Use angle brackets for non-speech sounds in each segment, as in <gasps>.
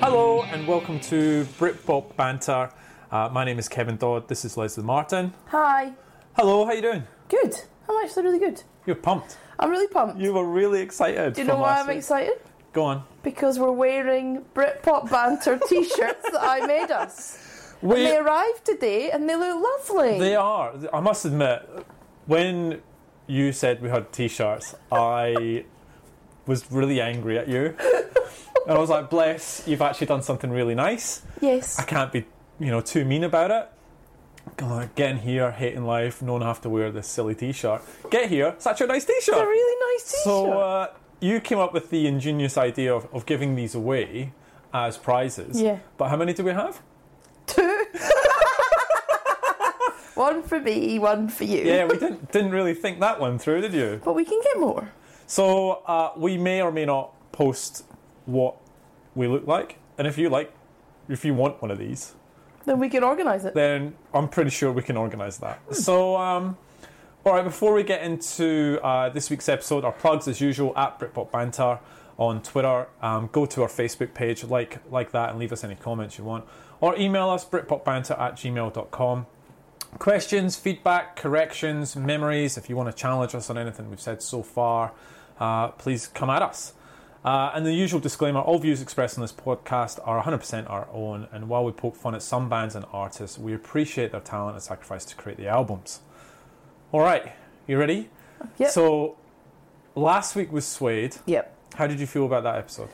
Hello and welcome to Britpop Banter. Uh, my name is Kevin Dodd. This is Leslie Martin. Hi. Hello, how you doing? Good. I'm actually really good. You're pumped. I'm really pumped. You were really excited. Do you know from why last I'm week. excited? Go on. Because we're wearing <laughs> Britpop banter T-shirts that I made us. And they arrived today, and they look lovely. They are. I must admit, when you said we had t-shirts, I was really angry at <laughs> you, and I was like, "Bless, you've actually done something really nice. yes. I can't be, you know, too mean about it." God, Getting here, hating life, no one have to wear this silly t-shirt. Get here, it's actually a nice t-shirt. They're really nice T-shirt. So uh, you came up with the ingenious idea of, of giving these away as prizes. <laughs> Yeah. But how many do we have? Two. one for me, one for you. Yeah, we didn't <laughs> didn't really think that one through, did you? But we can get more. So uh, we may or may not post what we look like, and if you like, if you want one of these, Then we can organise it. then I'm pretty sure we can organise that. So, um, all right, before we get into uh, this week's episode, our plugs as usual at Britpop Banter on Twitter. Um, go to our Facebook page, like like that, and leave us any comments you want, or email us britpopbanter at gmail.com. Questions, feedback, corrections, memories. If you want to challenge us on anything we've said so far, uh, please come at us. Uh, and the usual disclaimer all views expressed on this podcast are 100% our own, and while we poke fun at some bands and artists, we appreciate their talent and sacrifice to create the albums. All right, you ready? Yep. So, last week was Suede. Yep. How did you feel about that episode?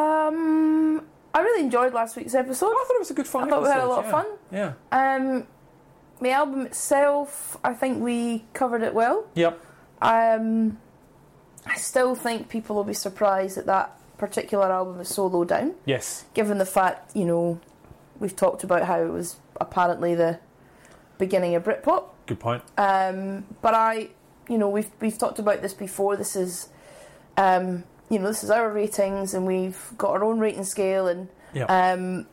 Um, I really enjoyed last week's episode. I thought it was a good fun I thought we had a episode, lot of Oh, yeah. fun. Yeah. Um, the album itself, I think we covered it well. Yep. Um, I still think people will be surprised that that particular album is so low down, Yes. given the fact, you know, we've talked about how it was apparently the beginning of Britpop. Good point. Um, but I, you know, we've we've talked about this before. This is, um, you know, this is our ratings, and we've got our own rating scale, and Yeah. um,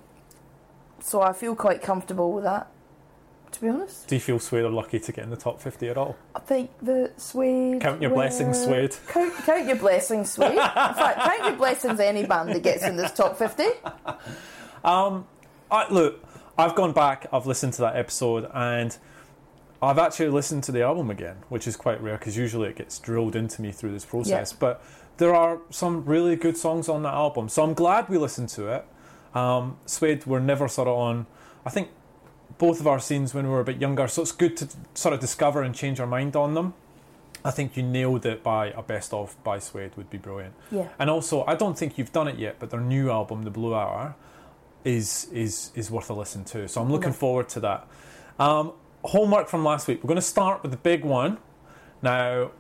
so I feel quite comfortable with that. To be honest, Do you feel Suede are lucky to get in the top 50 at all? I think the Suede. Count your were- blessings, Suede. Count, count your blessings, Suede. In fact, count your blessings any band that gets in this top 50. I, look, I've gone back, I've listened to that episode, and I've actually listened to the album again, which is quite rare because usually it gets drilled into me through this process. But there are some really good songs on that album, so I'm glad we listened to it. Um, Suede were never sort of on, I think, both of our scenes when we were a bit younger, so it's good to sort of discover and change our mind on them. I think you nailed it by a best of by Suede would be brilliant. Yeah. And also, I don't think you've done it yet, but their new album, The Blue Hour, is is is worth a listen to. So I'm looking Yeah. forward to that. Um, homework from last week. We're going to start with the big one. Now,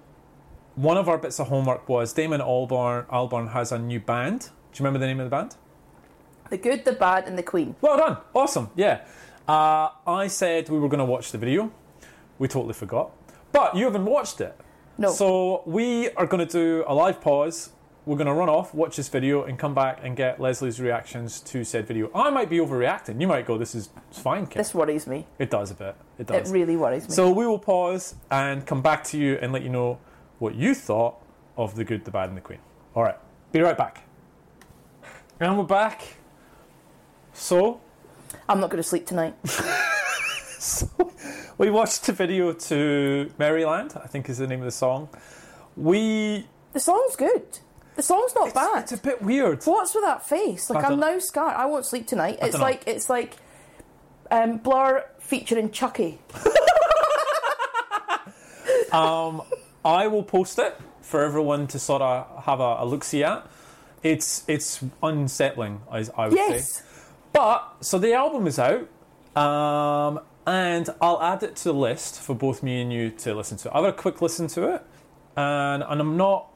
one of our bits of homework was Damon Albarn. Albarn has a new band. Do you remember the name of the band? The Good, the Bad, and the Queen. Well done. Awesome. Yeah. Uh, I said we were going to watch the video. We totally forgot. But you haven't watched it. No. So we are going to do a live pause. We're going to run off, watch this video, and come back and get Leslie's reactions to said video. I might be overreacting. You might go, "This is it's fine, kid." this worries me. It does a bit. It It does. really worries me. so we will pause and come back to you and let you know what you thought of the good, the bad, and the queen. All right. Be right back. And we're back. So I'm not going to sleep tonight. We watched the video to Maryland, I think is the name of the song. We. The song's good. The song's not bad. It's a bit weird. What's with that face? I Like don't- I'm now scarred. I won't sleep tonight. It's don't know. like it's like um, Blur featuring Chucky. I will post it for everyone to sort of have a, a look see at. It's it's unsettling, I, I would say. Yes. But so the album is out, um, and I'll add it to the list for both me and you to listen to. I've had a quick listen to it, and and I'm not.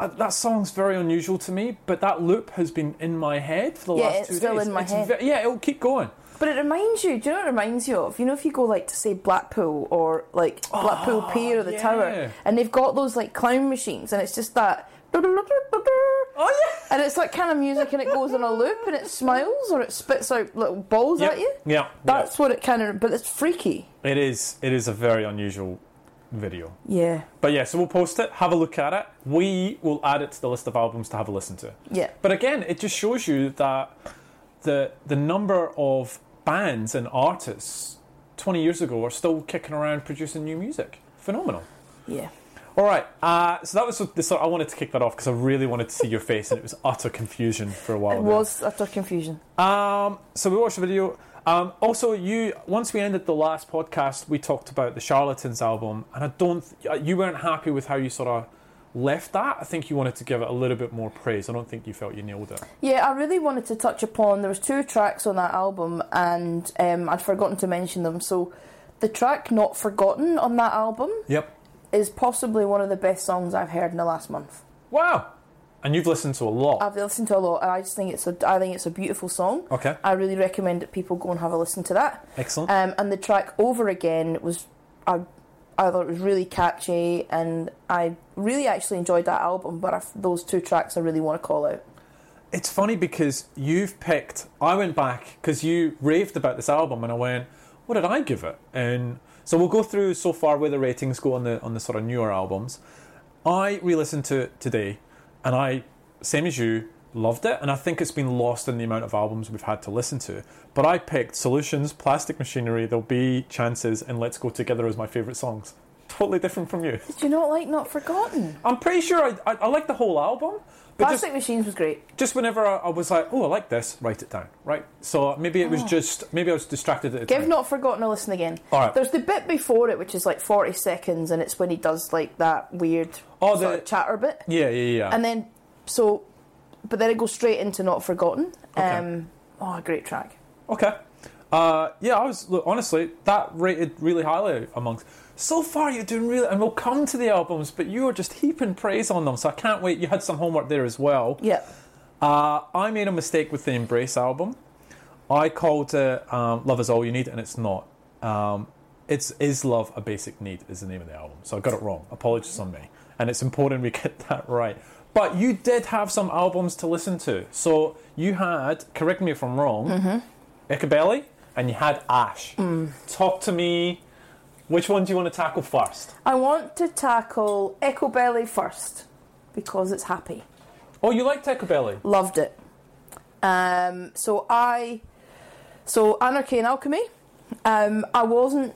I, that song's very unusual to me, but that loop has been in my head for the Yeah, last it's two still days. in my It's head. ve- yeah, it'll keep going. But it reminds you. Do you know what it reminds you of? You know if you go like to say Blackpool or like Blackpool Pier or the Oh, yeah. Tower, and they've got those like clown machines, and it's just that Oh yeah. and it's like kind of music and it goes on a loop and it smiles or it spits out little balls Yeah. at you. Yeah. That's what it kind of, but it's freaky. yeah. It is. It is a very unusual video. Yeah, But yeah, so we'll post it. Have a look at it. We will add it to the list of albums to have a listen to. yeah, But again, it just shows you that the the number of bands and artists 20 years ago are still kicking around producing new music. Phenomenal. yeah. All right. Uh, so that was the sort. I wanted to kick that off because I really wanted to see your face, and it was utter confusion for a while. <laughs> It there. was utter confusion. Um, so we watched the video. Um, also, you once we ended the last podcast, we talked about the Charlatans album, and I don't. Th- you weren't happy with how you sort of left that. I think you wanted to give it a little bit more praise. I don't think you felt you nailed it. Yeah, I really wanted to touch upon. There was two tracks on that album, and um, I'd forgotten to mention them. So, the track "Not Forgotten" on that album Yep. is possibly one of the best songs I've heard in the last month. Wow. And you've listened to a lot. I've listened to a lot, and I just think it's a. I think it's a beautiful song. okay. I really recommend that people go and have a listen to that. Excellent. Um, and the track "Over Again" was, I, I thought it was really catchy, and I really actually enjoyed that album. But I, those two tracks, I really want to call out. It's funny because you've picked. I went back because you raved about this album, and I went, "What did I give it?" And so we'll go through so far where the ratings go on the on the sort of newer albums. I re-listened to it today, and I, same as you, loved it. And I think it's been lost in the amount of albums we've had to listen to. But I picked Solutions, Plastic Machinery, There'll Be Chances, and Let's Go Together as my favourite songs. Totally different from you. Did you not like "Not Forgotten"? I'm pretty sure I I, I like the whole album. But just- Plastic Machines was great. just whenever I, I was like, oh, I like this, write it down, right? So maybe it was just maybe I was distracted at the Give time. "Not Forgotten" a listen again. All right. There's the bit before it, which is like 40 seconds, and it's when he does like that weird Oh, sort the- of chatter bit, yeah, yeah, yeah. and then so, but then it goes straight into "Not Forgotten." Okay. Um, oh, a great track. okay. Uh, yeah, I was look, honestly that rated really highly amongst. So far, you're doing really, and we'll come to the albums, but you are just heaping praise on them. So I can't wait. You had some homework there as well. Yeah. Uh, I made a mistake with the Embrace album. I called it um, "Love Is All You Need," and it's not. Um, it's "Is Love a Basic Need?" is the name of the album, so I got it wrong. Apologies on me, and it's important we <laughs> get that right. But you did have some albums to listen to, so you had. Correct me if I'm wrong. Mm-hmm. Icabelli, and you had Ash. Mm. Talk to me. Which one do you want to tackle first? I want to tackle Echo Belly first because it's happy. Oh, you liked Icabelli. Loved it. Um, so I, so Anarchy and Alchemy. Um, I wasn't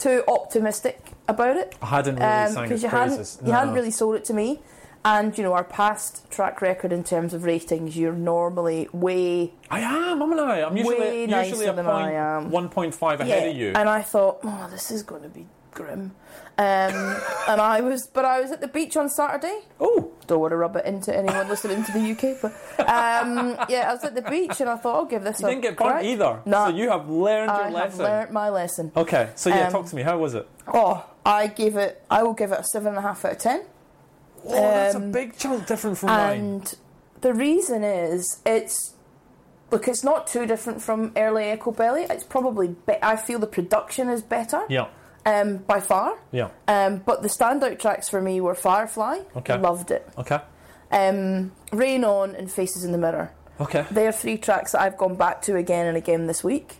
too optimistic about it I hadn't really because sang its Um, you praises. hadn't you No. hadn't really sold it to me, and you know our past track record in terms of ratings, you're normally way I am, am I? I'm usually Way usually a nicer than I point- am. 1.5 ahead of you. And I thought, oh, this is going to be grim. Um, <laughs> and I was, but I was at the beach on Saturday. Oh, don't want to rub it into <laughs> anyone listening to the UK, but um, yeah, I was at the beach and I thought I'll give this. you a didn't get burnt crack." either. No, So you have learned your I have lesson. learnt my lesson. Okay, so yeah, Um, talk to me. How was it? Oh, I give it. I will give it a seven and a half out of ten. Oh, that's a um, big chunk different from mine. And the reason is it's look, it's not too different from early Echo Belly. It's probably be- I feel the production is better. Yeah, Um, by far. yeah. Um, but the standout tracks for me were Firefly. Okay. Loved it. Okay, Um, Rain on and Faces in the Mirror. okay. They are three tracks that I've gone back to again and again this week.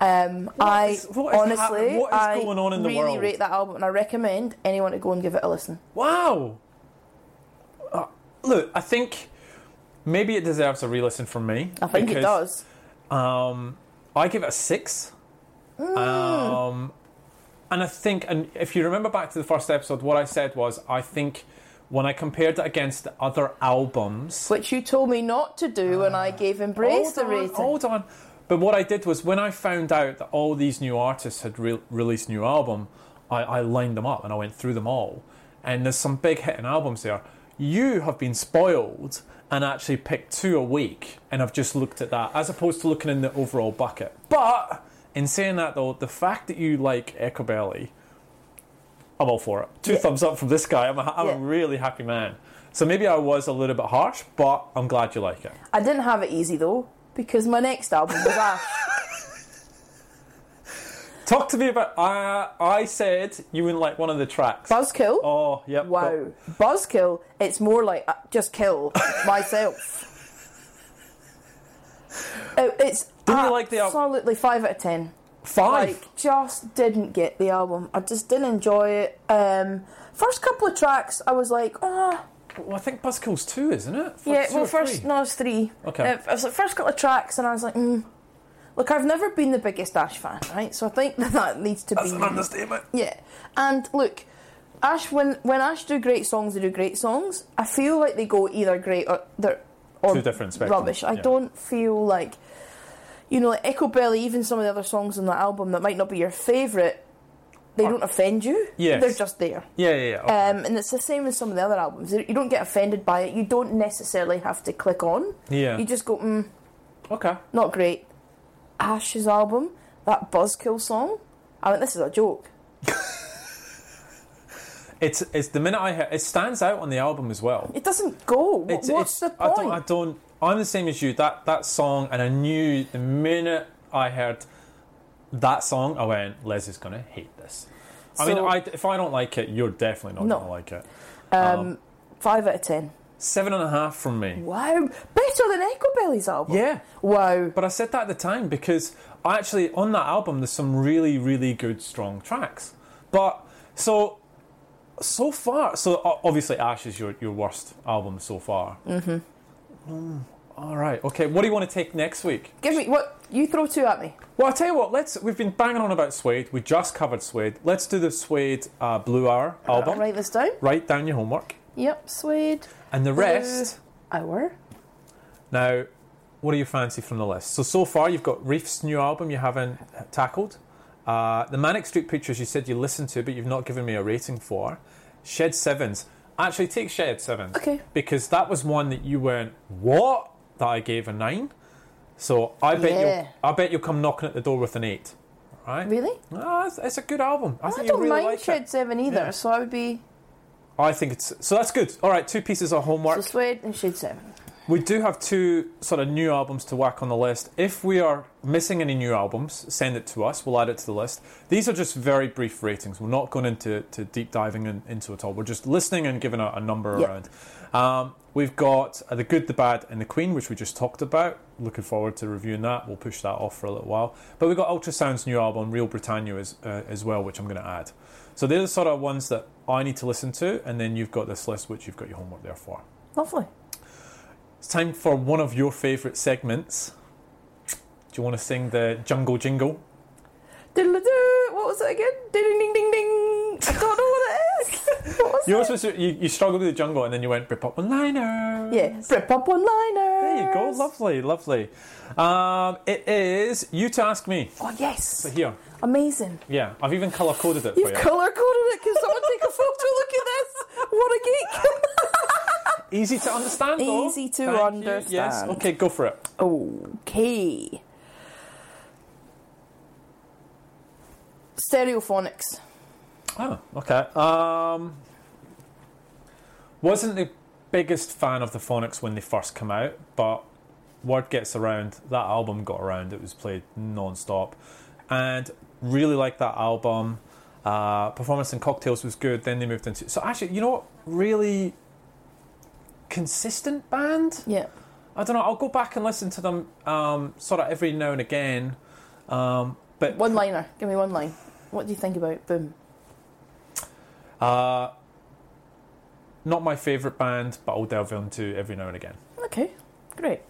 Um, I is- what is honestly, hap- what is I going on in the really world? rate that album, and I recommend anyone to go and give it a listen. Wow. Uh, look, I think maybe it deserves a re-listen from me. I think it because, does. Um, I give it a six. Um, and I think, and if you remember back to the first episode, what I said was, I think when I compared it against the other albums, Which you told me not to do when I gave Embrace Ah. hold the on, rating. Hold on. But what I did was when I found out that all these new artists had re- released new album, I, I lined them up and I went through them all. And there's some big hitting albums there. You have been spoiled and actually picked two a week, and I've just looked at that as opposed to looking in the overall bucket. But in saying that though, the fact that you like Echo Belly, I'm all for it. Two thumbs up from this guy. I'm a, I'm Yeah. a really happy man. So maybe I was a little bit harsh, but I'm glad you like it. I <laughs> didn't have it easy though because my next album was Ash. Talk to me about. Uh, I said you wouldn't like one of the tracks. Buzzkill. oh, yep. Wow, buzzkill. It's more like uh, just kill <laughs> myself. It- it's Didn't you like the al- absolutely five out of ten. Five. Like, just didn't get the album. I just didn't enjoy it. Um, first couple of tracks, I was like, ah, well, I think Buzzkill's two, isn't it? First yeah. two Well, or first three? no, it's three. Okay. Uh, I was like, first couple of tracks, and I was like, mm. look, I've never been the biggest Ash fan, right? So I think <laughs> that, that needs to That's be an understatement. yeah, and look, Ash when when Ash do great songs, they do great songs. I feel like they go either great or they're or Two different spectrums, rubbish. I yeah. don't feel like you know, like Echo Belly, even some of the other songs on the album that might not be your favourite, they don't offend you. Yes. They're just there. Yeah, yeah, yeah. okay. Um, and it's the same with some of the other albums. You don't get offended by it. You don't necessarily have to click on. yeah. You just go, mm, okay. not great. Ash's album, that Buzzkill song, I went, this is a joke. It's it's the minute I hear it stands out on the album as well. It doesn't go. What- It's- What's it's- the point? I don't, I don't. I'm the same as you. That that song, and I knew the minute I heard that song, I went, "Les is gonna hate this." I mean, So- I, if I don't like it, you're definitely not No. gonna like it. um, five out of ten. Seven and a half from me. Wow, better than Echo Belly's album. Yeah, Wow. but I said that at the time because I actually on that album there's some really really good strong tracks. But so so far, so o- obviously Ash is your your worst album so far. Mm-hmm. all right. Okay. What do you want to take next week? Give me what you throw two at me. Well, I tell you what. Let's. We've been banging on about Suede. We just covered Suede. Let's do the Suede uh, Blue Hour album. I'll write this down. Write down your homework Yep, suede. and the rest. Hour. Now, what do you fancy from the list? So so far, you've got Reef's new album you haven't tackled. Uh, the Manic Street Preachers you said you listened to, but you've not given me a rating for. Shed Sevens. Actually, take Shed Sevens. Okay. Because that was one that you went what that I gave a nine. So I bet Yeah. you'll I bet you'll come knocking at the door with an eight. All right. Really? Oh, Ah, it's, it's a good album. I, I, think don't you really mind like Shed it. Seven either, Yeah. so I would be I think it's so that's good. All right, two pieces of so homework. suede and Shed Seven. We do have two sort of new albums to whack on the list. If we are missing any new albums, send it to us. We'll add it to the list. These are just very brief ratings. We're not going into to deep diving in, into it all. We're just listening and giving a, a number Yep. around. Um, we've got uh, the good, the bad, and the Queen, which we just talked about. Looking forward to reviewing that. We'll push that off for a little while. But we've got Ultrasound's new album, Real Britannia, as, uh, as well, which I'm going to add. So they're the sort of ones that I need to listen to, and then you've got this list, which you've got your homework there for. Lovely. It's time for one of your favourite segments. Do you want to sing the jungle jingle? Diddle-a-doo. What was it again? Ding ding ding ding. I don't know what it is. <laughs> What was You were it? supposed to, you, you struggled with the jungle and then you went Britpop one liner. Yeah, Britpop one liner. There you go. Lovely, lovely. Um, it is you to ask me. Oh yes, Here, amazing. yeah, I've even colour coded it for You've you. colour coded it. Can someone take a photo? Look at this. What a geek. <laughs> Easy to understand. Though. Easy to you. Yes. understand. Okay, go for it. Okay. Stereophonics. Oh, okay. Um, wasn't the biggest fan of the Phonics when they first come out, but word gets around. That album got around. It was played non-stop, and really liked that album. Uh, performance in Cocktails was good. Then they moved into so actually, you know what? Really consistent band. Yeah. I don't know. I'll go back and listen to them um, sort of every now and again. Um, but One liner. Give me one line. What do you think about Boom? Uh, not my favourite band, but I'll delve into every now and again. Okay. Great.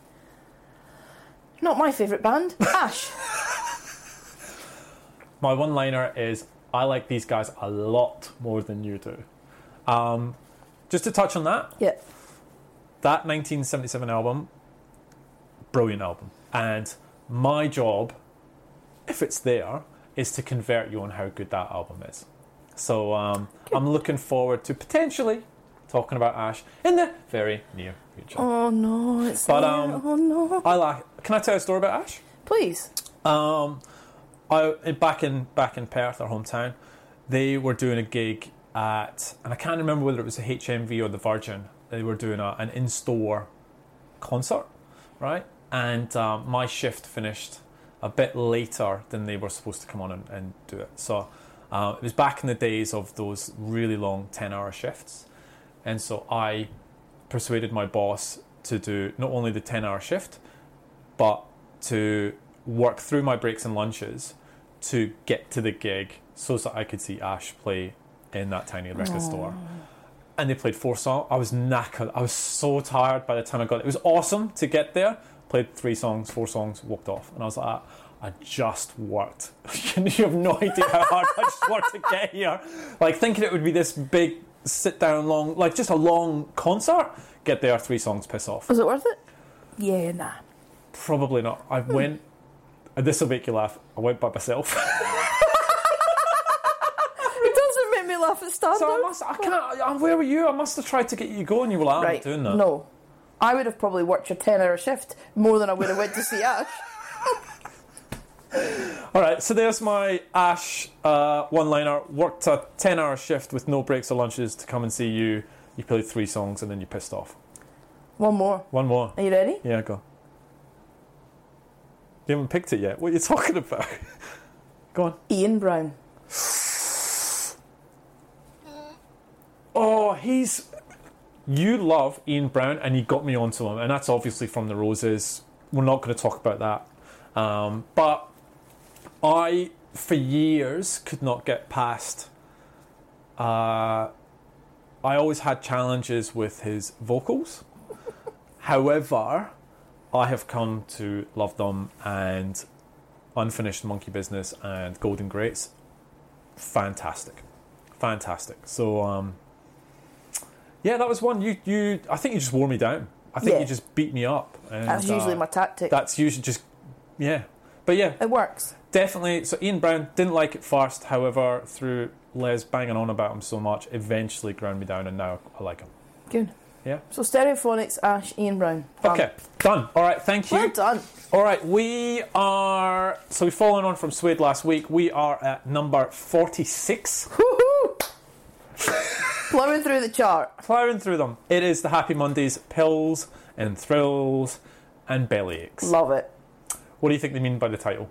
Not my favourite <laughs> band. Ash. My one liner is I like these guys a lot more than you do. Um, just to touch on that, Yeah. that 1977 album, brilliant album. And my job, if it's there, is to convert you on how good that album is. So um, I'm looking forward to potentially talking about Ash in the very near future. Oh no, it's But, there. um, Oh no. I like. Can I tell a story about Ash? Please. Um, I back in back in Perth, our hometown, they were doing a gig at, and I can't remember whether it was the HMV or the Virgin. They were doing a, an in-store concert, right? And um, my shift finished a bit later than they were supposed to come on and, and do it. So uh, it was back in the days of those really long 10 hour shifts. And so I persuaded my boss to do not only the 10 hour shift, but to work through my breaks and lunches to get to the gig so that I could see Ash play in that tiny record store. And they played four songs. I was knackered. I was so tired by the time I got there. It was awesome to get there. Played three songs, four songs, walked off. And I was like, "Ah, I just worked. <laughs> you have no idea how hard I just worked to get here. Like thinking it would be this big sit down long, like just a long concert. Get there, three songs, piss off. Was it worth it? Yeah, nah. Probably not. I Hmm. went. And this will make you laugh. I went by <laughs> myself. It doesn't make me laugh at standards. so I must. I can't. I- Where were you? I must have tried to get you going. You were like, "Ah, I'm right. not doing that. No. I would have probably worked a 10 hour shift more than I would have went to see Ash. All right. So there's my Ash uh, one-liner. Worked a ten-hour shift with no breaks or lunches to come and see you. You played three songs and then you pissed off. <laughs> One more. One more. Are you ready? Yeah, go. You haven't picked it yet. What are you talking about? <laughs> go on. Ian Brown. Oh, he's. You love Ian Brown, and he got me onto him, and that's obviously from the Roses. We're not going to talk about that, um, but I, for years, could not get past. Uh, I always had challenges with his vocals. <laughs> However, I have come to love them, and Unfinished Monkey Business and Golden Greats, fantastic, fantastic. So. Um, yeah, that was one. You, you. I think you just wore me down. I think Yeah. you just beat me up. And, That's usually uh, my tactic. That's usually just, yeah. But yeah, It works. definitely. So Ian Brown didn't like it first. However, through Les banging on about him so much, eventually ground me down, and now I like him. Good. Yeah. So Stereophonics, Ash, Ian Brown. Done. Okay, done. All right, thank you. Well done. All right, we are. So we've fallen on from Suede last week. We are at number forty-six. Woohoo! Plumbing through the chart. Plowing through them. It is the Happy Mondays, pills and thrills and bellyaches. Love it. What do you think they mean by the title?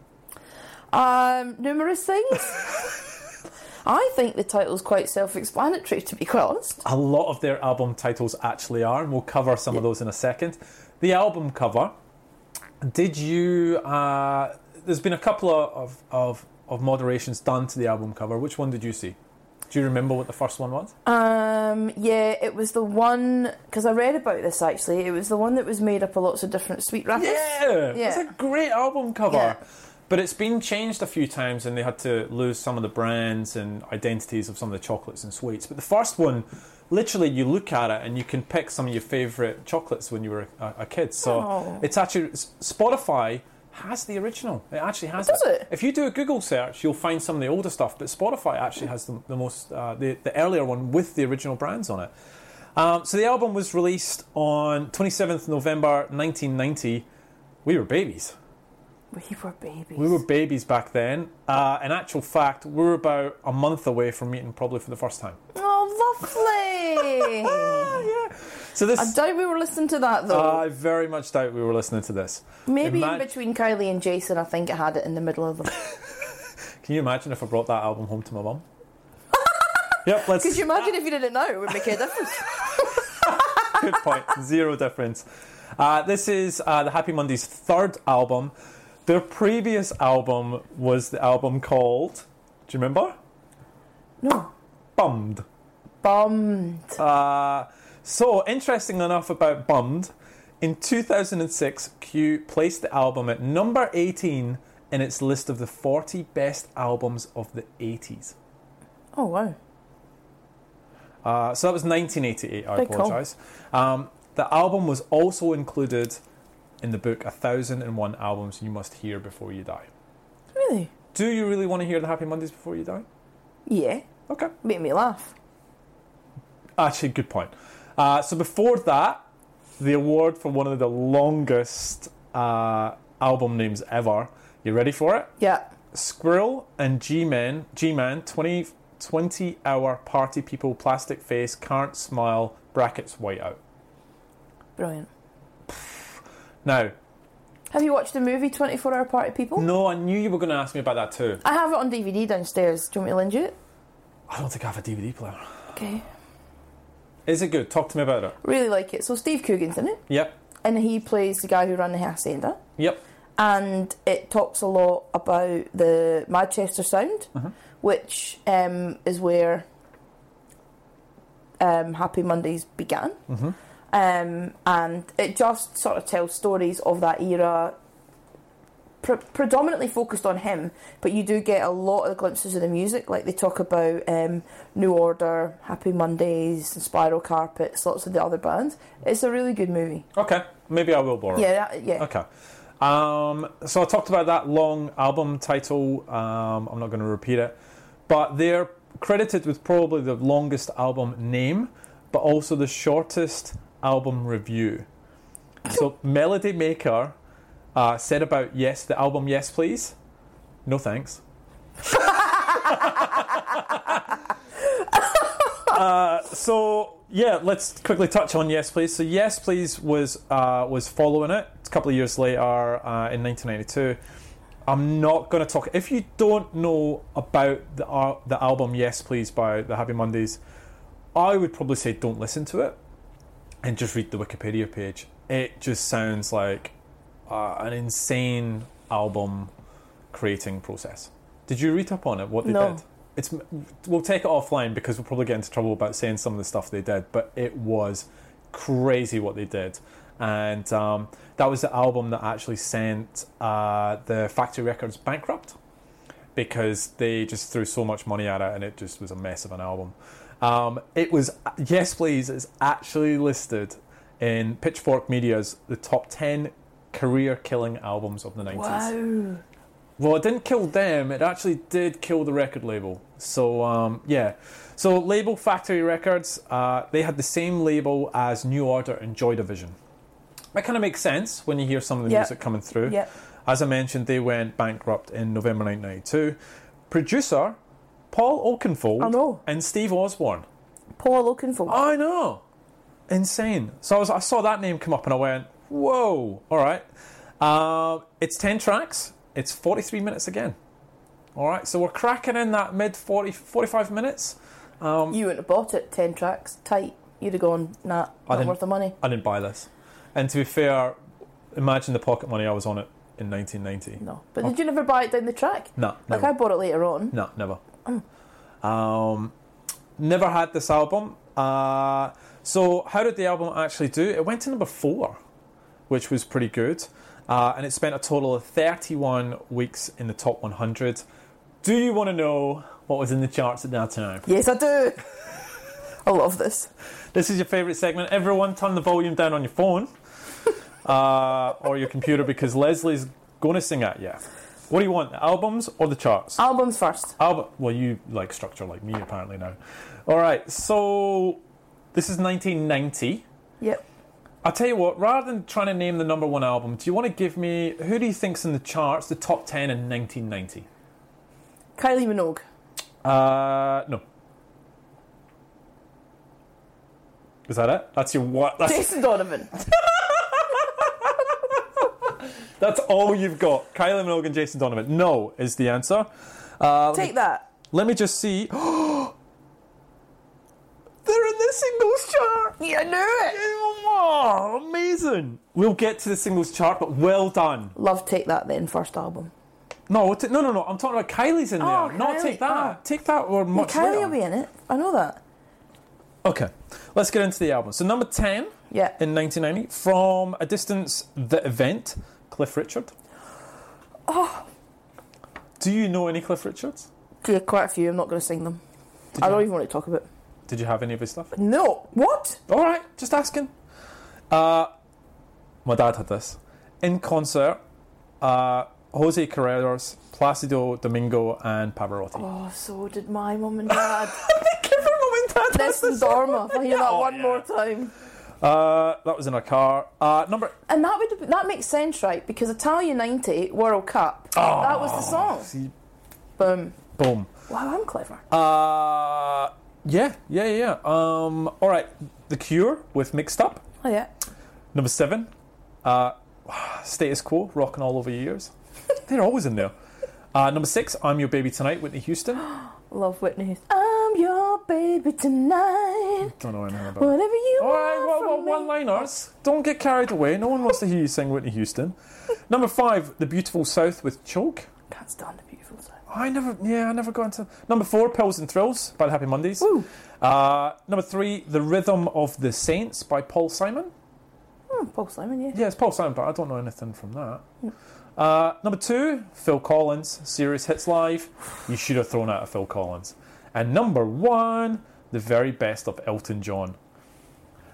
Um, numerous things. <laughs> I think the title's quite self-explanatory, to be quite honest. a lot of their album titles actually are, and we'll cover some of those in a second. The album cover, did you? Uh, there's been a couple of, of of moderations done to the album cover. Which one did you see? Do you remember what the first one was? Um, yeah, it was the one because I read about this actually. It was the one that was made up of lots of different sweet rappers. Yeah, it's Yeah. a great album cover. Yeah. But it's been changed a few times, and they had to lose some of the brands and identities of some of the chocolates and sweets. But the first one, literally, you look at it and you can pick some of your favourite chocolates when you were a, a kid. So Oh. it's actually s- Spotify has the original. It actually has. Does it? If you do a Google search, you'll find some of the older stuff, but Spotify actually has the, the most uh, the, the earlier one with the original brands on it. Um, so the album was released on 27th November 1990. We were babies. We were babies. We were babies back then. Uh, in actual fact, we were about a month away from meeting probably for the first time. <laughs> Oh, lovely. yeah. So this, I doubt we were listening to that though. I very much doubt we were listening to this. Maybe imag- in between Kylie and Jason, I think it had it in the middle of them. Can you imagine if I brought that album home to my <laughs> mum? yep, let's. Could you imagine if you did it now? It would make a difference. Good point. Zero difference. Uh, this is uh, the Happy Mondays' third album. Their previous album was the album called. Do you remember? <laughs> No. Bummed. Bummed. Uh, so, interesting enough about Bummed, in 2006, Q placed the album at number 18 in its list of the 40 best albums of the 80s. Oh wow. Uh, so that was 1988. I Big call. apologise. Um, the album was also included in the book "A Thousand and One Albums You Must Hear Before You Die." Really? Do you really want to hear the Happy Mondays before you die? Yeah. Okay, Made me laugh. actually, good point. Uh, so before that, the award for one of the longest uh, album names ever. You ready for it? Yeah. Squirrel and G-Man, G-Man, 20, 20 hour party people, plastic face, can't smile, brackets white out. Brilliant. Now, Have you watched the movie 24 Hour Party People? No, I knew you were going to ask me about that too. I have it on DVD downstairs. Do you want me to lend you it? I don't think I have a DVD player. Okay. Is it good? Talk to me about it. Really like it. So Steve Coogan's in it, Yep. and he plays the guy who ran the hacienda. Yep. and it talks a lot about the Manchester Sound, which um, is where um, Happy Mondays began. Mhm. Um, and it just sort of tells stories of that era, pre- predominantly focused on him, but you do get a lot of glimpses of the music. Like they talk about um, New Order, Happy Mondays, and Spiral Carpets, lots of the other bands. It's a really good movie. Okay. Maybe I will borrow. it. Yeah, that, yeah. Okay. Um, so I talked about that long album title. Um, I'm not going to repeat it, but they're credited with probably the longest album name, but also the shortest album review. So Melody Maker uh, said about yes, the album Yes Please. No thanks. so yeah, let's quickly touch on Yes Please. So Yes Please was uh, was following it a couple of years later uh, in 1992. I'm not going to talk. If you don't know about the uh, the album Yes Please by the Happy Mondays, I would probably say don't listen to it and just read the Wikipedia page. It just sounds like uh, an insane album creating process. Did you read up on it? What they No. did? It's we'll take it offline because we'll probably get into trouble about saying some of the stuff they did. But it was crazy what they did, and um, that was the album that actually sent uh, the Factory Records bankrupt because they just threw so much money at it and it just was a mess of an album. Um, it was Yes Please is actually listed in Pitchfork Media's the top ten career killing albums of the nineties. Wow. Well, it didn't kill them. It actually did kill the record label. So um, yeah, so label Factory Records. Uh, they had the same label as New Order and Joy Division. That kind of makes sense when you hear some of the Yeah. music coming through. Yeah. As I mentioned, they went bankrupt in November 1992. Producer Paul Oakenfold I know. and Steve Osborne. Paul Oakenfold. I know. Insane. So I, was, I saw that name come up and I went, whoa, all right. Uh, it's 10 tracks, it's 43 minutes again. All right, so we're cracking in that mid 40, 45 minutes. Um, You wouldn't have bought it, 10 tracks, tight. You'd have gone, nah, not didn't- worth the money. I didn't buy this. And to be fair, imagine the pocket money I was on it in 1990. No. But did you never buy it down the track? Oh. No, Like, never. I bought it later on. No, never. Um, never had this album. Uh, so, how did the album actually do? It went to number four, which was pretty good. Uh, and it spent a total of 31 weeks in the top 100. Do you want to know what was in the charts at that time? Yes, I do. <laughs> I love this. This is your favourite segment. Everyone, turn the volume down on your phone <laughs> uh, or your computer because Leslie's going to sing at you. What do you want, the albums or the charts? Albums first. Album. Well, you like structure like me apparently now. All right, so this is 1990. Yep. I'll tell you what. Rather than trying to name the number one album, do you want to give me who do you think's in the charts, the top ten in 1990? Kylie Minogue. Uh, no. Is that it? That's your what? That's, <laughs> Jason Donovan. that's all you've got. Kylie Minogue and Jason Donovan. No is the answer. Uh, let me- Take that. Let me just see. <gasps> They're in the singles chart. Yeah, I knew it. Oh, amazing. We'll get to the singles chart, but well done. Love Take That then, first album. No, t- no, no, no. I'm talking about Kylie's in there. Oh, Not Kylie. take that. Oh. Take that or Well, much Kylie later. will be in it. I know that. Okay, let's get into the album. So number ten Yeah. in 1990, from a distance, the event, Cliff Richard. Oh. Oh. Do you know any Cliff Richards? yeah, quite a few. I'm not going to sing them. I don't even want to talk about Did you have any of his stuff? No. What? All right, just asking. Uh, my dad had this in concert. Uh, Jose Carreras, Placido Domingo, and Pavarotti. <laughs> Oh, so did my mum and dad. <laughs> Give her mum and dad this. Listen, Dorma, if I hear that Oh, one yeah. more time. Uh, that was in a car. Uh, number. And that would that makes sense, right? Because Italia '90 World Cup, that was the song. See, Boom! boom. Wow, I'm clever. Uh, yeah, yeah, yeah. Um, all right, The Cure with Mixed Up. Oh yeah, Number seven, uh, Status Quo, Rocking All Over Your Years. <laughs> They're always in there. Uh, number six, I'm Your Baby Tonight, Whitney Houston. <gasps> Love Whitney. Houston. I'm your baby tonight. Don't know anything about that. Whatever you All right, want well, from well, me. one-liners. Don't get carried away. No one wants to hear you sing Whitney Houston. Number five, The Beautiful South with Choke. Can't stand the beautiful side. I never, yeah, I never got into. Number four, Pills and Thrills by the Happy Mondays. Ooh. Uh, number three, The Rhythm of the Saints by Paul Simon. Hmm, Paul Simon, yeah. Yeah, it's Paul Simon, but I don't know anything from that. Hmm. Uh, number two, Phil Collins, Serious Hits Live. You should have thrown out a Phil Collins. And number one, the very best of Elton John.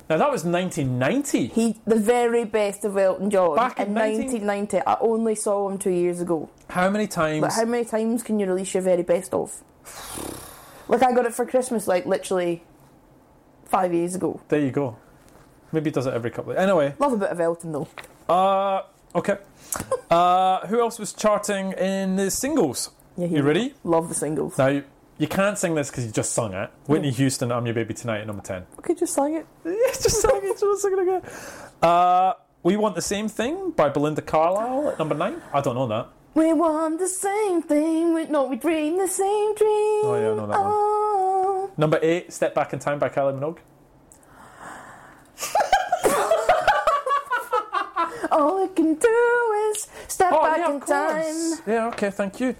Now that was 1990. He, the very best of Elton John. Back in 19 1990, I only saw him two years ago. How many times? But how many times can you release your very best of? <sighs> Like I got it for Christmas, like literally five years ago. there you go. Maybe he does it every couple. Of, anyway, Love a bit of Elton though. uh, okay. <laughs> Uh, who else was charting in the singles? Yeah, he You ready? Love the singles. Now you, you can't sing this because you just sung it. Whitney Houston, "I'm Your Baby Tonight" at number <laughs> ten. Okay, just sang it. It's just singing, it's just singing again. Uh, we want the same thing by Belinda Carlisle at number nine. I don't know that. We want the same thing. We, no, we dream the same dream. Oh yeah, I know that one. Number eight, Step Back in Time by Kylie Minogue. All I can do is step Oh, back yeah, in of course. time. Yeah, okay, thank you.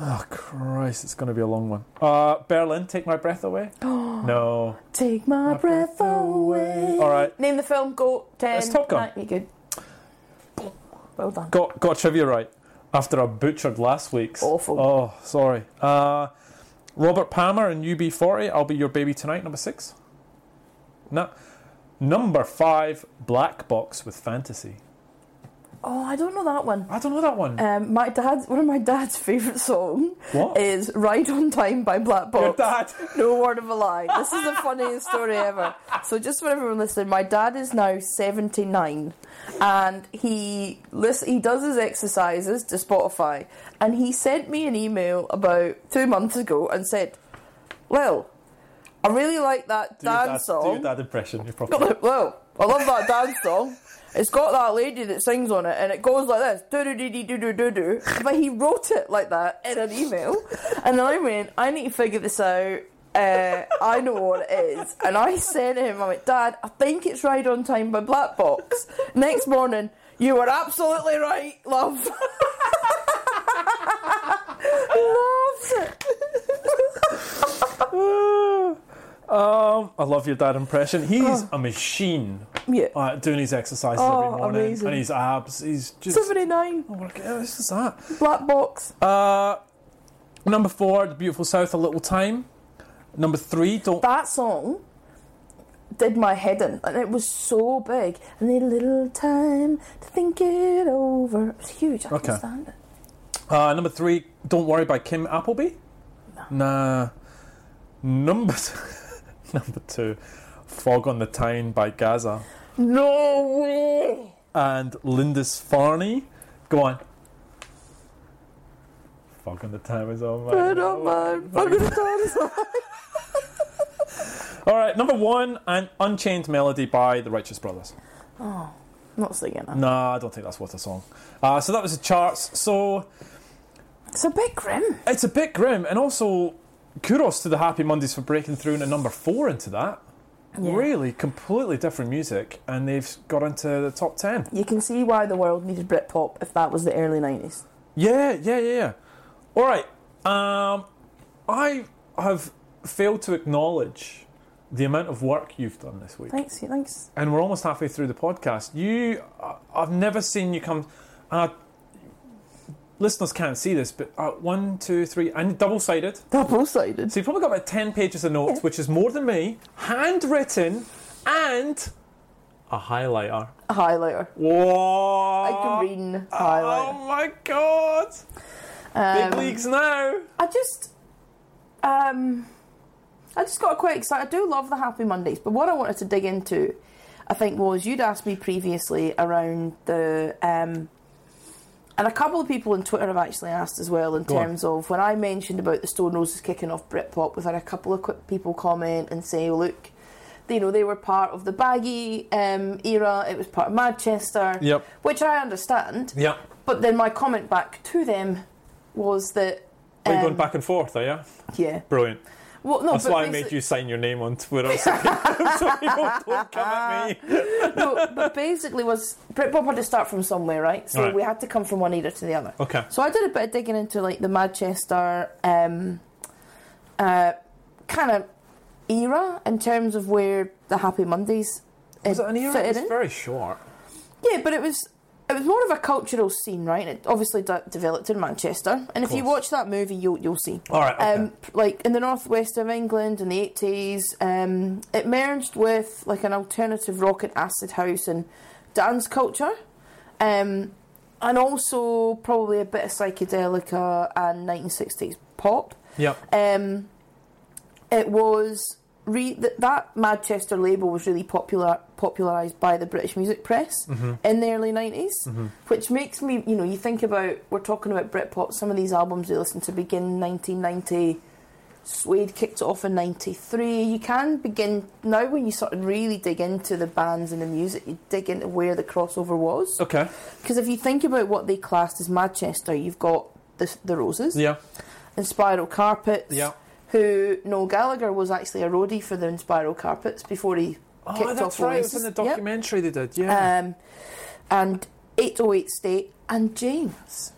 Oh Christ, it's going to be a long one. Uh, Berlin, Take My Breath <gasps> Away. no, Take my, breath, away. All right. Name the film. Go ten. It's Top Gun. nine- you good? Well done. got got trivia right after I butchered last week's. Awful. Oh, sorry. Uh, Robert Palmer and UB40. I'll be your baby tonight. Number six. No. Number five, Black Box with Fantasy. Oh, I don't know that one. I don't know that one. Um, my dad. One of my dad's <laughs> favourite song What? is "Ride on Time" by Black Box. Your dad. No word of a lie. This is the funniest story ever. So, just for everyone listening, my dad is now 79 and he listen, he does his exercises to Spotify. And he sent me an email about two months ago and said, Lil, I really like that Do your dance dad- Do your song. dad impression. <laughs> You're I'm probably. like, Lil, I love that dance song. It's got that lady that sings on it, and it goes like this: do do do do do do do. But he wrote it like that in an email, and I went, I need to figure this out. Uh, I know what it is, and I said to him, I went, Dad, I think it's Ride on Time by Black Box. Next morning, you were absolutely right, love. <laughs> Loves it. um, I love your dad impression. He's a machine Yeah, uh, doing his exercises Oh, every morning, amazing. and his abs. He's just. seventy-nine Oh, my God, this is that. Black Box. Uh, number four, The Beautiful South, A Little Time. Number three, Don't. that song did my head in, and it was so big. I need a little time to think it over. It was huge. I Okay. couldn't stand it. Uh, number three, Don't Worry by Kim Appleby. Nah. Number <laughs> number two, Fog on the Tyne by Gaza No way. and Lindis Farney. Go on. Fog on the Tyne is on I my. don't mind. Fuck it, it's on. All right, number one, an Unchained Melody by the Righteous Brothers. <laughs> Not singing that. Nah, I don't think that's worth a song. Uh, so that was the charts. So It's a bit grim. It's a bit grim, and also kudos to the Happy Mondays for breaking through into number four into that. Really, completely different music, and they've got into the top ten. You can see why the world needed Britpop if that was the early 90s. Yeah, yeah, yeah. yeah. All right, um, I have failed to acknowledge the amount of work you've done this week, Thanks, thanks. and we're almost halfway through the podcast. You, I- I've never seen you come. Uh, listeners can't see this, but uh, one, two, three, and double sided. Double sided. So you've probably got about 10 pages of notes, Yeah. which is more than me, handwritten, and a highlighter. Highlighter. Whoa! A green highlighter. Oh my god! Um, ah, Big leagues now! I just, um, I just got quite excited. I do love the Happy Mondays, but what I wanted to dig into, I think, was you'd asked me previously around the, um, and a couple of people on Twitter have actually asked as well in Go on. terms of when I mentioned about the Stone Roses kicking off Britpop. We've had a couple of quick people comment and say, look. you know, they were part of the baggy um, era. It was part of Manchester, Yep. which I understand. Yep. But then my comment back to them was that. Are you um, going back and forth, are you? Yeah. Brilliant. Well, no, That's but why I made basi- you sign your name on Twitter so <laughs> people, so people don't come at <laughs> me. <laughs> no, but basically was Britpop had to start from somewhere, right? So Right. we had to come from one era to the other. Okay. So I did a bit of digging into like the Manchester um, uh, kind of era in terms of where the Happy Mondays Was it an era? fitted It's in. very short. Yeah, but it was it was more of a cultural scene, right? And it obviously d- developed in Manchester. And if you course. watch that movie, you'll you'll see. All right. Okay. Um, p- like in the northwest of England in the eighties, um, it merged with like an alternative rock and acid house and dance culture, um, and also probably a bit of psychedelica and nineteen sixties pop. yep. Um, it was re- th- that Manchester label was really popular popularized by the British music press Mm-hmm. in the early 90s which makes me you know you think about we're talking about Britpop some of these albums we listened to begin 1990 Suede kicked it off in 93 you can begin now when you sort of really dig into the bands and the music you dig into where the crossover was Okay. because if you think about what they classed as Manchester you've got the, the Roses Yeah. and Spiral Carpets Yeah. who Noel Gallagher was actually a roadie for the Spiral Carpets before he Oh, kicked that's off right. It was in Oasis. the Yep. documentary they did. Yeah. Um, and 808 State and James.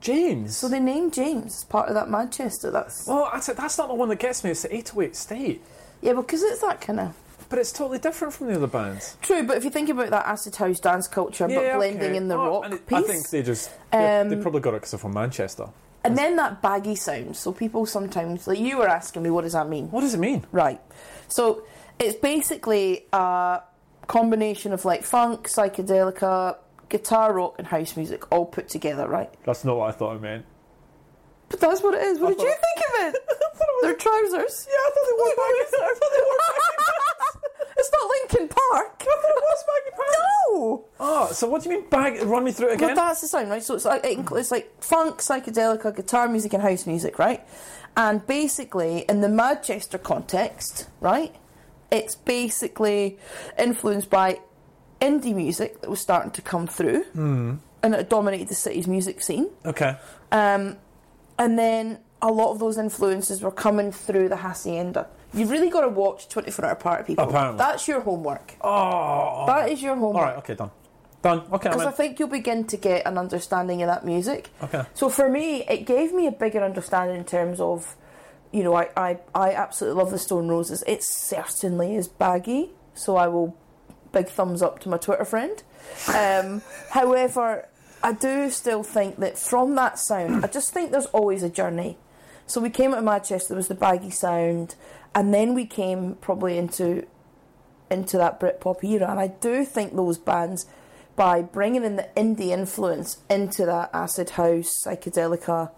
James. So they named James as part of that Manchester. That's well, that's, that's not the one that gets me. It's the 808 State. yeah, because it's that kind of But it's totally different from the other bands. true. But if you think about that acid house dance culture, Yeah, but blending okay. in the Oh, rock and it- piece, I think they just. They, they Um, probably got it because they're from Manchester. and then that baggy sound. So people sometimes, like you were asking me, what does that mean? What does it mean? Right. So it's basically a combination of like funk, psychedelica, guitar rock, and house music all put together, right? That's not what I thought it meant. But that's what it is. <laughs> What I did you think of it? Their trousers. Yeah, I thought they wore <laughs> baggy I thought they wore baggy pants. it's not Linkin Park. I thought it was baggy pants. No. Oh, so what do you mean bag? Run me through it But again. that's the sound, right? So it's like it includes like funk, psychedelica, guitar music, and house music, right? And basically, in the Manchester context, right, it's basically influenced by indie music that was starting to come through, and it dominated the city's music scene. Hmm, Okay. Um, and then a lot of those influences were coming through the hacienda. You've really got to watch 24 Hour Party People. Apparently. That's your homework. Oh. That is your All homework. right. Okay. Done. Done. Okay. I'm Because I in. think you'll begin to get an understanding of that music. Okay. So for me, it gave me a bigger understanding in terms of, you know, I, I, I absolutely love the Stone Roses. It certainly is baggy, so I will big thumbs up to my Twitter friend. Um, <laughs> however, I do still think that from that sound, I just think there's always a journey. So we came out of Manchester, there was the baggy sound, and then we came probably into into that Britpop era. And I do think those bands, by bringing in the indie influence into that acid house, psychedelica,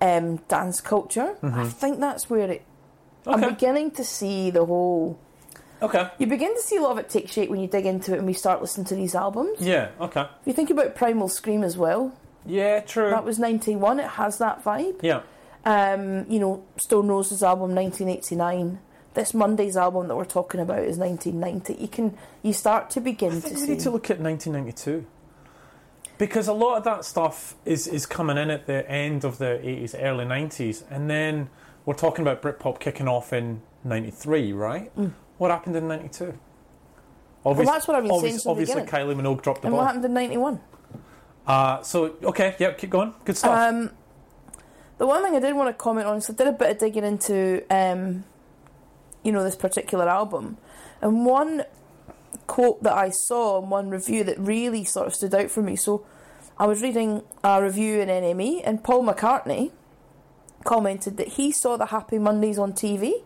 um, dance culture, I think that's where it. Mm-hmm. Okay. I'm beginning to see the whole. Okay. You begin to see a lot of it take shape when you dig into it and we start listening to these albums. Yeah. Okay. If you think about Primal Scream as well, Yeah. True. that was 91, it has that vibe yeah. um, you know, Stone Roses album 1989. This Monday's album that we're talking about is 1990. You can you start to begin I to think we see. need to look at 1992 because a lot of that stuff is is coming in at the end of the 80s, early 90s, and then we're talking about Britpop kicking off in '93, right? What happened in '92? Obviously, Mm. that's what I've been saying obviously, from the obviously Kylie Minogue dropped the and what ball. happened in 91? Uh, so okay, yep, keep going. Good stuff. Um, the one thing I did want to comment on is I did a bit of digging into, um, you know, this particular album, and one quote that I saw in one review that really sort of stood out for me. So I was reading a review in NME, and Paul McCartney commented that he saw the Happy Mondays on TV.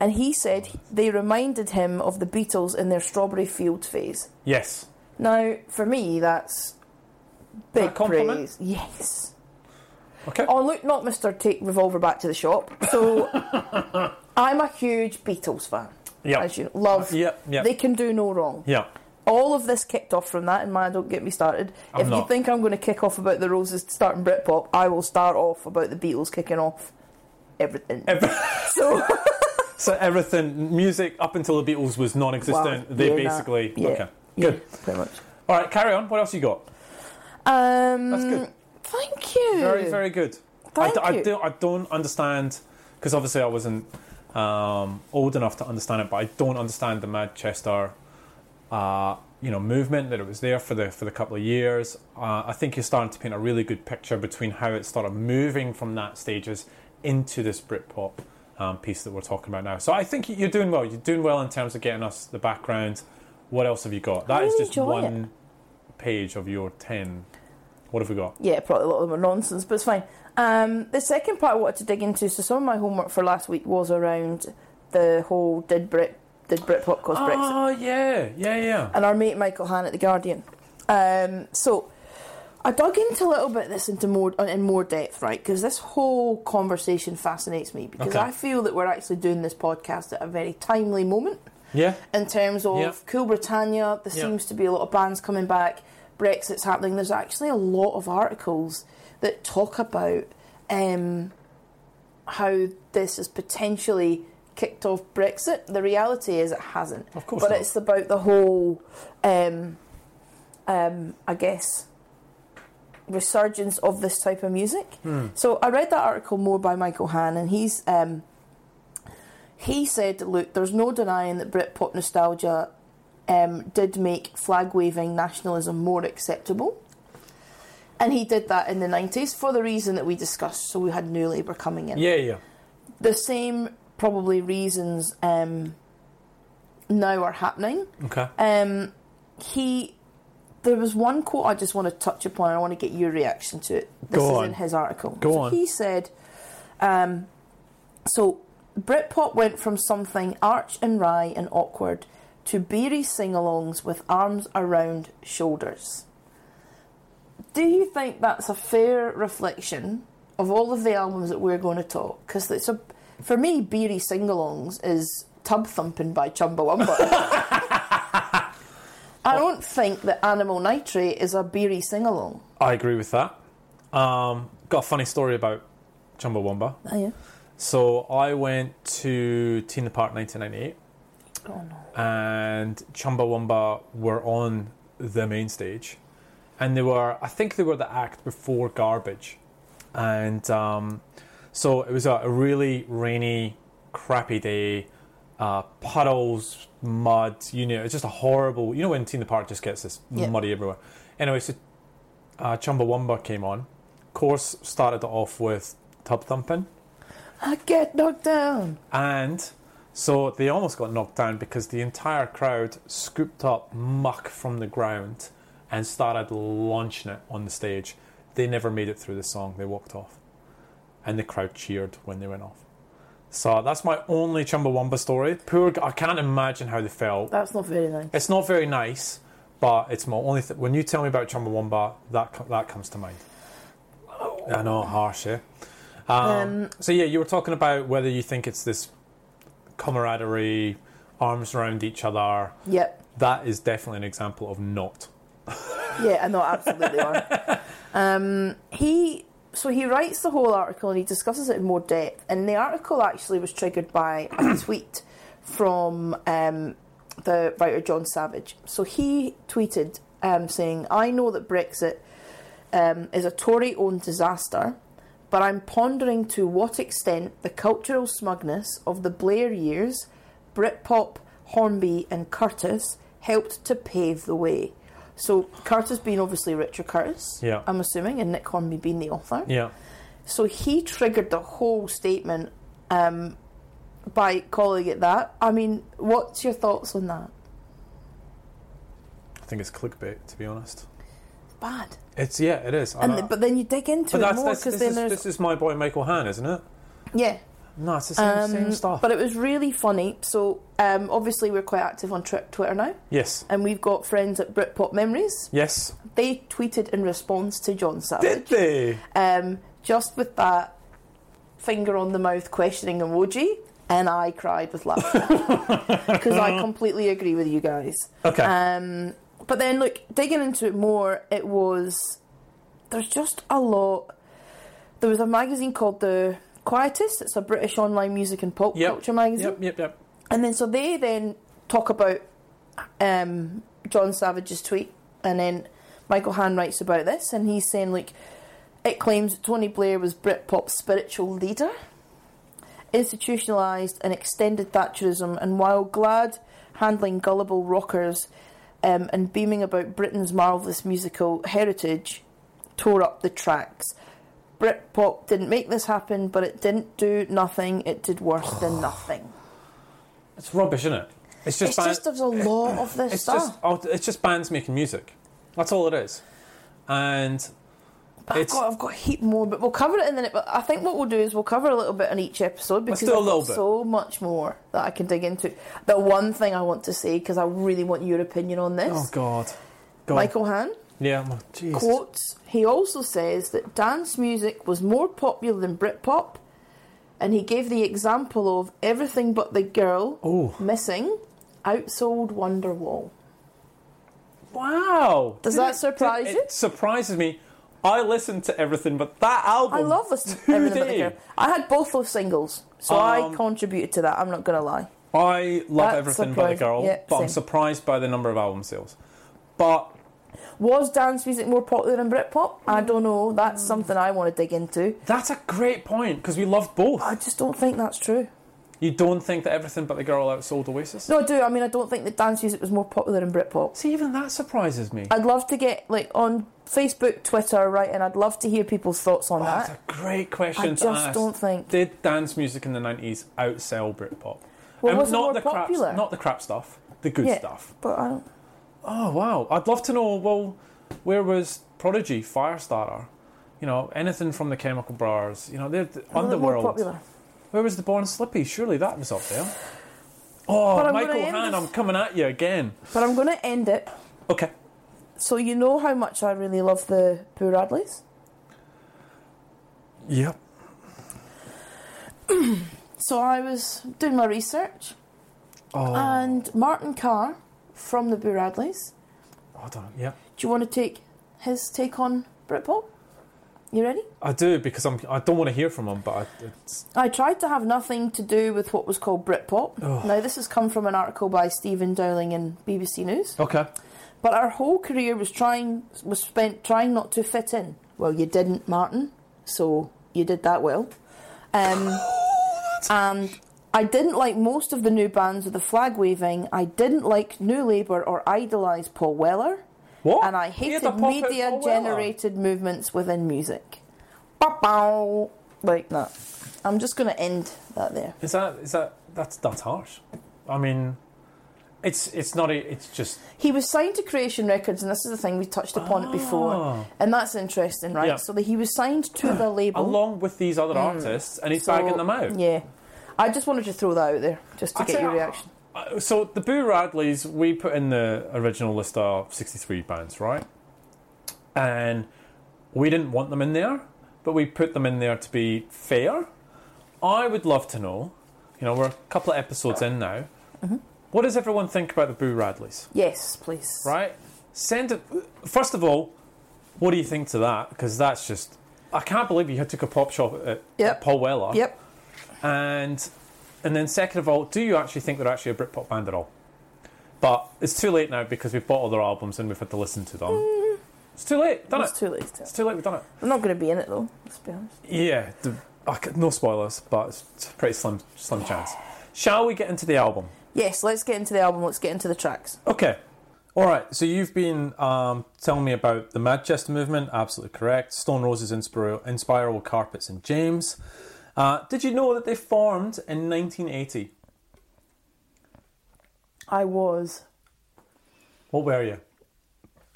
And he said they reminded him of the Beatles in their Strawberry Fields phase. yes, Now, for me, that's big That compliment? praise. Yes. okay. Oh, look, not Mr. Take Revolver Back to the Shop. <laughs> So, I'm a huge Beatles fan. yeah, As you know, love. yeah, Uh, yeah, They can do no wrong. yeah. All of this kicked off from that, and man, don't get me started. I'm if you not. think I'm going to kick off about the Roses starting <laughs> Britpop, I will start off about the Beatles kicking off everything. Every- <laughs> so, So everything, music up until the Beatles was non-existent. Well, they yeah, basically yeah, okay. Yeah, Good. pretty much. All right, carry on. What else you got? Um, That's good. Thank you. Very, very good. I Thank d- I, you. do, I don't understand because obviously I wasn't um, old enough to understand it, but I don't understand the Manchester, uh, you know, movement that it was there for the for the couple of years. Uh, I think you're starting to paint a really good picture between how it started moving from that stages into this Britpop um, piece that we're talking about now. So I think you're doing well. You're doing well in terms of getting us the background. What else have you got? That is really just enjoy one page of your ten. What have we got? Yeah, probably a lot of them are nonsense, but it's fine. Um, the second part I wanted to dig into, so some of my homework for last week was around the whole did Brit did Britpop cause Brexit, Oh yeah, yeah, yeah. and our mate Michael Han at the Guardian. Um, so I dug into a little bit this into more uh, in more depth, right? Because this whole conversation fascinates me because Okay. I feel that we're actually doing this podcast at a very timely moment. Yeah. in terms of Yeah. Cool Britannia. There Yeah. seems to be a lot of bands coming back. Brexit's happening. There's actually a lot of articles that talk about um, how this has potentially kicked off Brexit. The reality is it hasn't. Of course But not. it's about the whole, um, um, I guess, resurgence of this type of music. Hmm. So I read that article more by Michael Hahn, and he's. Um, he said, look, there's no denying that Britpop nostalgia um, did make flag waving nationalism more acceptable. And he did that in the 90s for the reason that we discussed. So we had New Labour coming in. Yeah, yeah. The same, probably, reasons um, now are happening. Okay. Um, he, there was one quote I just want to touch upon. I want to get your reaction to it. This Go is on. in his article. Go so on. He said, um, "So Britpop went from something arch and wry and awkward to beery sing-alongs with arms around shoulders." Do you think that's a fair reflection of all of the albums that we're going to talk? Because it's a, for me, beery sing-alongs is tub thumping <laughs> by Chumbawamba. I don't think that Animal Nitrate is a Beery sing along. I agree with that. Um, got a funny story about Chumbawamba. Oh, yeah. So I went to Teen the Park 1998, Oh, no. and Chumbawamba were on the main stage, and they were I think they were the act before Garbage, and um, so it was a, a really rainy, crappy day. Uh, puddles, mud, you know, it's just a horrible. You know when Teen the Park just gets this Yeah. muddy everywhere. Anyway, so uh, Chumbawamba came on. Course started it off with tub thumping, I get knocked down. and so they almost got knocked down because the entire crowd scooped up muck from the ground and started launching it on the stage. They never made it through the song. They walked off, and the crowd cheered when they went off. So that's my only Chumbawamba story. Poor, g- I can't imagine how they felt. That's not very nice. It's not very nice, but it's my only. Th- when you tell me about Chumbawamba, that co- that comes to mind. I know, harsh, yeah. Um, so yeah, you were talking about whether you think it's this camaraderie, arms around each other. Yep. That is definitely an example of not. Yeah, I know, absolutely are. Um, he so he writes the whole article and he discusses it in more depth. And the article actually was triggered by a tweet from um, the writer John Savage. So he tweeted um, saying, "I know that Brexit um, is a Tory-owned disaster." But I'm pondering to what extent the cultural smugness of the Blair years, Britpop, Hornby, and Curtis helped to pave the way. So Curtis being obviously Richard Curtis, Yeah. I'm assuming, and Nick Hornby being the author. Yeah. So he triggered the whole statement um, by calling it that. I mean, what's your thoughts on that? I think it's clickbait, to be honest. Bad. It's yeah, it is. And th- but then you dig into but it that's, more that's, because this, then is, there's this is my boy Michael Han, isn't it? yeah. No, it's the same, same Um, stuff. But it was really funny. So um, obviously we're quite active on tri- Twitter now, yes, and we've got friends at Britpop Memories. yes. They tweeted in response to John Did Savage, they? um, just with that finger on the mouth questioning emoji, and I cried <laughs> with laughter because I completely agree with you guys. Okay. Um, but then, look, digging into it more, it was there's just a lot. There was a magazine called the Quietus. It's a British online music and pop Yep. culture magazine. Yep, yep, yep. And then so they then talk about um, John Savage's tweet, and then Michael Han writes about this, and he's saying like it claims that Tony Blair was Britpop's spiritual leader, institutionalised and extended Thatcherism, and while glad handling gullible rockers um, and beaming about Britain's marvellous musical heritage, tore up the tracks. Britpop didn't make this happen, but it didn't do nothing. It did worse than nothing. It's rubbish, isn't it? It's just It's ban- just there's a lot of this it's stuff. just oh, it's just bands making music. That's all it is. And but I've it's- got I've got a heap more, but we'll cover it in the. ne- But I think what we'll do is we'll cover a little bit on each episode because do a I've little got bit. so much more that I can dig into. The one thing I want to say because I really want your opinion on this, oh god, god, Michael Han yeah, well, jeez. quotes. He also says that dance music was more popular than Britpop, and he gave the example of everything but the girl Oh missing outsold Wonderwall. wow! Does that surprise it, you? It surprises me. I listened to everything, but that album. I love <laughs> listening to do Everything But the they? Girl. I had both those singles, so Um, I contributed to that. I'm not going to lie. I love That's everything by the surprising. girl, Yeah, but I'm same. surprised by the number of album sales. But Was dance music more popular than Britpop? I Mm. don't know. That's something I want to dig into. that's a great point because we love both. I just don't think that's true. You don't think that everything but the girl outsold Oasis? No, I do. I mean, I don't think that dance music was more popular than Britpop. See, even that surprises me. I'd love to get like on Facebook, Twitter, right, and I'd love to hear people's thoughts on Oh, that's that. a great question I to just ask. don't think- Did dance music in the nineties outsell Britpop? Well, was it more the popular? crap, not the crap stuff, the good Yeah, stuff. but I don't. Oh wow! I'd love to know. Well, where was Prodigy, Firestarter? You know, anything from the Chemical Brothers? You know, they're the I don't think More Underworld. popular. Where was the Born Slippy? Surely that was up there. Oh, But I'm Michael gonna end Han, this- I'm coming at you again. But I'm going to end it. Okay. So you know how much I really love the Poor Radleys. Yep. So I was doing my research. Oh, And Martin Carr from the Boo Radleys. hold on. Yep. Do you want to take his take on Britpop? You ready? I do because I'm. I don't want to hear from him, but I, it's, I tried to have nothing to do with what was called Britpop. Ugh. Now, this has come from an article by Stephen Dowling in BBC News. okay. But our whole career was trying was spent trying not to fit in. Well, you didn't, Martin. So you did that well. Um, and I didn't like most of the new bands with the flag waving. I didn't like New Labour or idolise Paul Weller. What? and I He had hated a pop out media Paul Weller. generated movements within music. Bow-bow. Like that. I'm just going to end that there. Is that is that that's that's harsh? I mean, it's it's not. A, it's just He was signed to Creation Records, and this is the thing we touched upon it before, Ah. and that's interesting, right? Yeah. So that he was signed to <gasps> the label. along with these other artists, and he's Hmm. so- bagging them out. Yeah, I just wanted to throw that out there just to I'd get say your I- reaction. Uh, So the Boo Radleys, we put in the original list of 63 bands, right? And we didn't want them in there, but we put them in there to be fair. I would love to know, you know, we're a couple of episodes in now. Mm-hmm. What does everyone think about the Boo Radleys, Yes, please. right? Send it. First of all, what do you think to that? Because that's just. I can't believe you took a pop shop at, at Yep. Paul Weller. Yep. And and then second of all, do you actually think they're actually a Britpop band at all? But it's too late now because we've bought all their albums and we've had to listen to them. It's too late, done Mm-hmm. It's it. too late. To It's too late, we've done it. I'm not going to be in it though. Let's be honest. Yeah, the, I c- no spoilers, but it's, it's a pretty slim slim chance. Shall we get into the album? Yes, let's get into the album. Let's get into the tracks. Okay. All right. So you've been um, telling me about the Manchester movement. Absolutely correct. Stone Roses, Inspiro- Inspiral Carpets, and James. Uh, did you know that they formed in 1980? I was. What were you?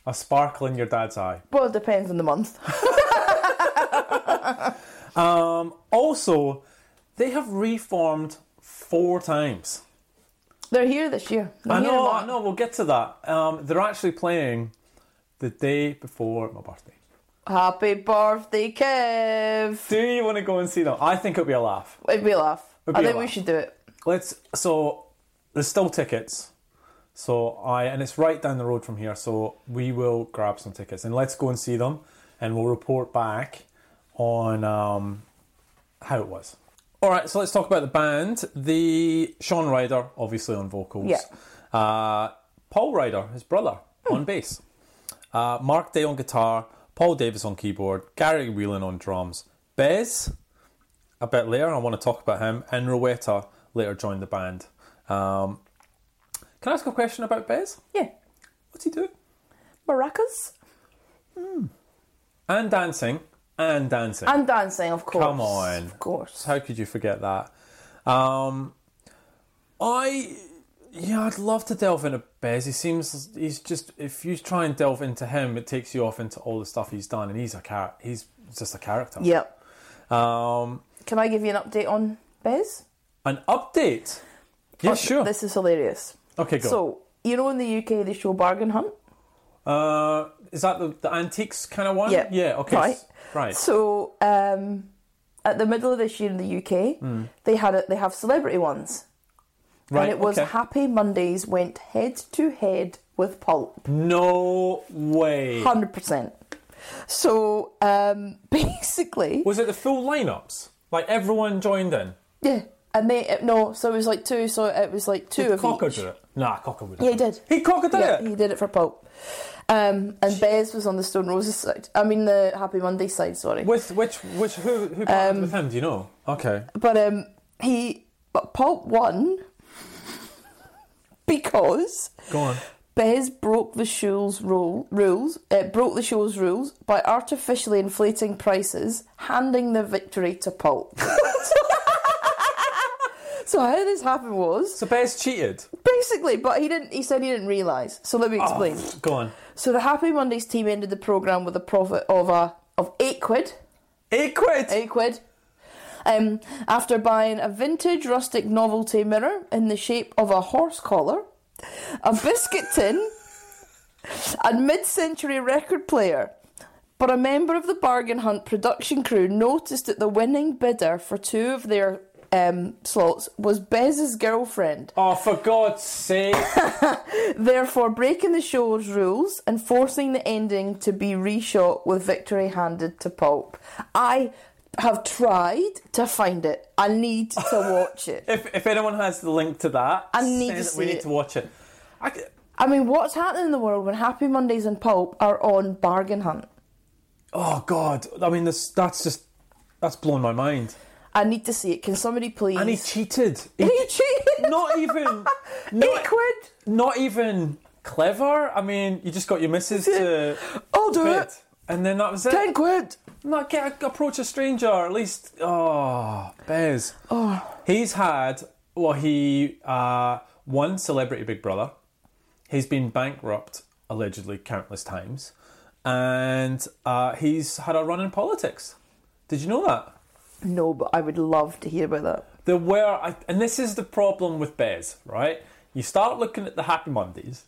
A sparkle in your dad's eye. Well, it depends on the month. <laughs> Also, they have reformed four times. They're here this year. They're I here know, in I know, we'll get to that. Um, they're actually playing the day before my birthday. March. Happy birthday, Kev. Do you want to go and see them? I think it'll be a laugh. It'd be a laugh. It'd I be a think we laugh. should do it. Let's. So, there's still tickets. So I and it's right down the road from here. So we will grab some tickets and let's go and see them, and we'll report back on um, how it was. All right, so let's talk about the band. The Sean Ryder, obviously on vocals. Yeah. Uh, Paul Ryder, his brother, on bass. Uh, Mark Day on guitar. Paul Davis on keyboard. Gary Whelan on drums. Bez, a bit later, I want to talk about him. And Rowetta later joined the band. Um, can I ask a question about Bez? Yeah. What's he do? Maracas? And dancing. And dancing. And dancing, of course. Come on. Of course. How could you forget that? Um, I yeah, I'd love to delve into Bez. He seems he's just if you try and delve into him, it takes you off into all the stuff he's done, and he's a car. He's just a character. Yep. Um, Can I give you an update on Bez? an update. Yeah, Oh, sure. This is hilarious. okay, go. So, you know, in the UK, they show Bargain Hunt. uh, is that the, the antiques kind of one? Yeah. Oh, Yeah. Okay. Right. s- Right. So, um, at the middle of this year in the UK, they had a, they have celebrity ones, Hmm. Right. and it was okay. Happy Mondays went head to head with Pulp, no way. hundred percent. So um, <laughs> basically, Was it the full lineups? Like everyone joined in. yeah, and they it- no, so it was like two, so it was like two of Cocker each. did it. Nah, Cocker would. Yeah, he did. He Cocker did Yeah, it. he did it for Pulp. Um, and Bez was on the Stone Roses side. I mean, the Happy Monday side. Sorry. With which which who Um, who partnered with him? Do you know? Okay. But um, he but Pulp won <laughs> because Go on. Bez broke the show's rule, rules. It broke the show's rules by artificially inflating prices, handing the victory to Pulp. <laughs> so how this happened was So Bez cheated. basically, but he didn't. He said he didn't realise. So let me explain. Oh, Go on. So the Happy Mondays team ended the program with a profit of a of eight quid. Eight quid. eight quid. Um, after buying a vintage rustic novelty mirror in the shape of a horse collar, a biscuit tin, and mid-century record player. But a member of the bargain hunt production crew noticed that the winning bidder for two of their um, slots was Bez's girlfriend, Oh, for God's sake! <laughs> therefore breaking the show's rules and forcing the ending to be reshot with victory handed to pulp. I have tried to find it. I need <laughs> to watch it. if if anyone has the link to that, I need send it. to we see need it. to watch it. I c I mean, what's happening in the world when Happy Mondays and Pulp are on Bargain Hunt? oh God! I mean, this that's just that's blown my mind. I need to see it. Can somebody please? <laughs> And he cheated. He- Are you cheating? not <laughs> even. Eight Not, quid. not even clever. I mean, you just got your <laughs> missus to I'll do bid, it. and then that was it. Ten quid. Not get approach a stranger. At least, oh, Bez. He's had well, he uh, won Celebrity Big Brother. He's been bankrupt allegedly countless times, and uh, he's had a run in politics. Did you know that? No, but I would love to hear about that. There were, I- and this is the problem with Bez, right? You start looking at the Happy Mondays,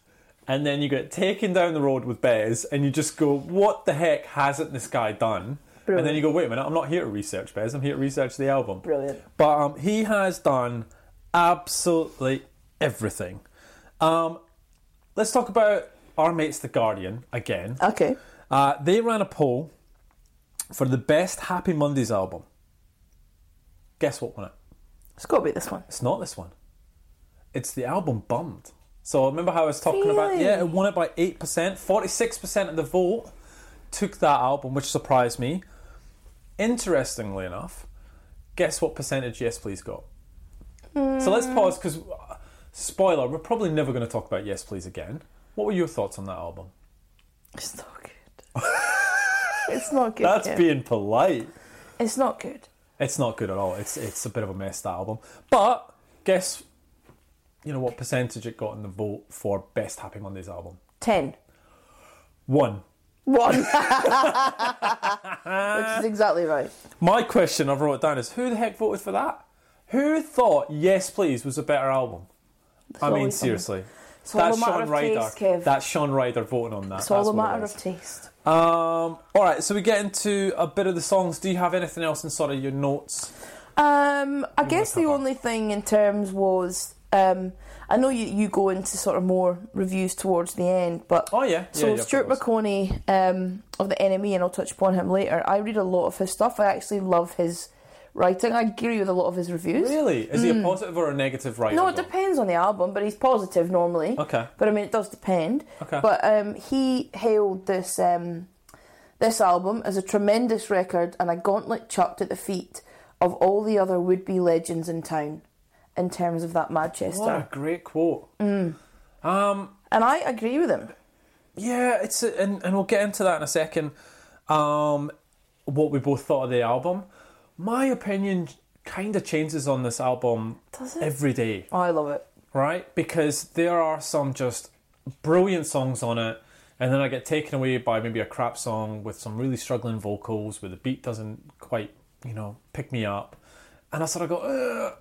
and then you get taken down the road with Bez, and you just go, "What the heck hasn't this guy done?" And then you go, "Wait a minute, I'm not here to research Bez. I'm here to research the album." Brilliant. But um, he has done absolutely everything. Um, let's talk about our mates, The Guardian, again. Okay. Uh, they ran a poll for the best Happy Mondays album. Guess what won it? It's got to be this one. It's not this one. It's the album Bummed. So remember how I was talking about? Really? Yeah, it won it by eight percent. Forty-six percent of the vote took that album, which surprised me. Interestingly enough, guess what percentage Yes Please got? So let's pause because spoiler: we're probably never going to talk about Yes Please again. What were your thoughts on that album? It's not <laughs> good. it's not good. That's Kim. being polite. It's not good. It's not good at all. It's it's a bit of a messed album. But guess, you know what percentage it got in the vote for best Happy Mondays album? Ten. One. <laughs> One. Which is exactly right. My question I've wrote down is who the heck voted for that? Who thought Yes Please was a better album? I mean, always someone. seriously. It's all That's a matter Sean of Ryder. taste, Kev. That's Sean Ryder voting on that. it's all That's a what it matter is. of taste. Um, all right, so we get into a bit of the songs. Do you have anything else in sort of your notes? Um, I guess the cover. only thing in terms was um, I know you, you go into sort of more reviews towards the end, but Oh, yeah. so yeah, yeah, Stuart of course. E, McConey um, of the Enemy, and I'll touch upon him later. I read a lot of his stuff. I actually love his writing. I agree with a lot of his reviews. Really? Is he a positive or a negative writer? Mm. No, it though? depends on the album, but he's positive normally. Okay. But I mean, it does depend. Okay. But um, he hailed this um, this album as a tremendous record and a gauntlet chucked at the feet of all the other would be legends in town, in terms of that Manchester. What a great quote. And I agree with him. Yeah, it's a, and and we'll get into that in a second. Um, what we both thought of the album. My opinion kind of changes on this album Does it? every day, Oh, I love it. right? Because there are some just brilliant songs on it, and then I get taken away by maybe a crap song with some really struggling vocals where the beat doesn't quite, you know, pick me up, and I sort of go, Ugh,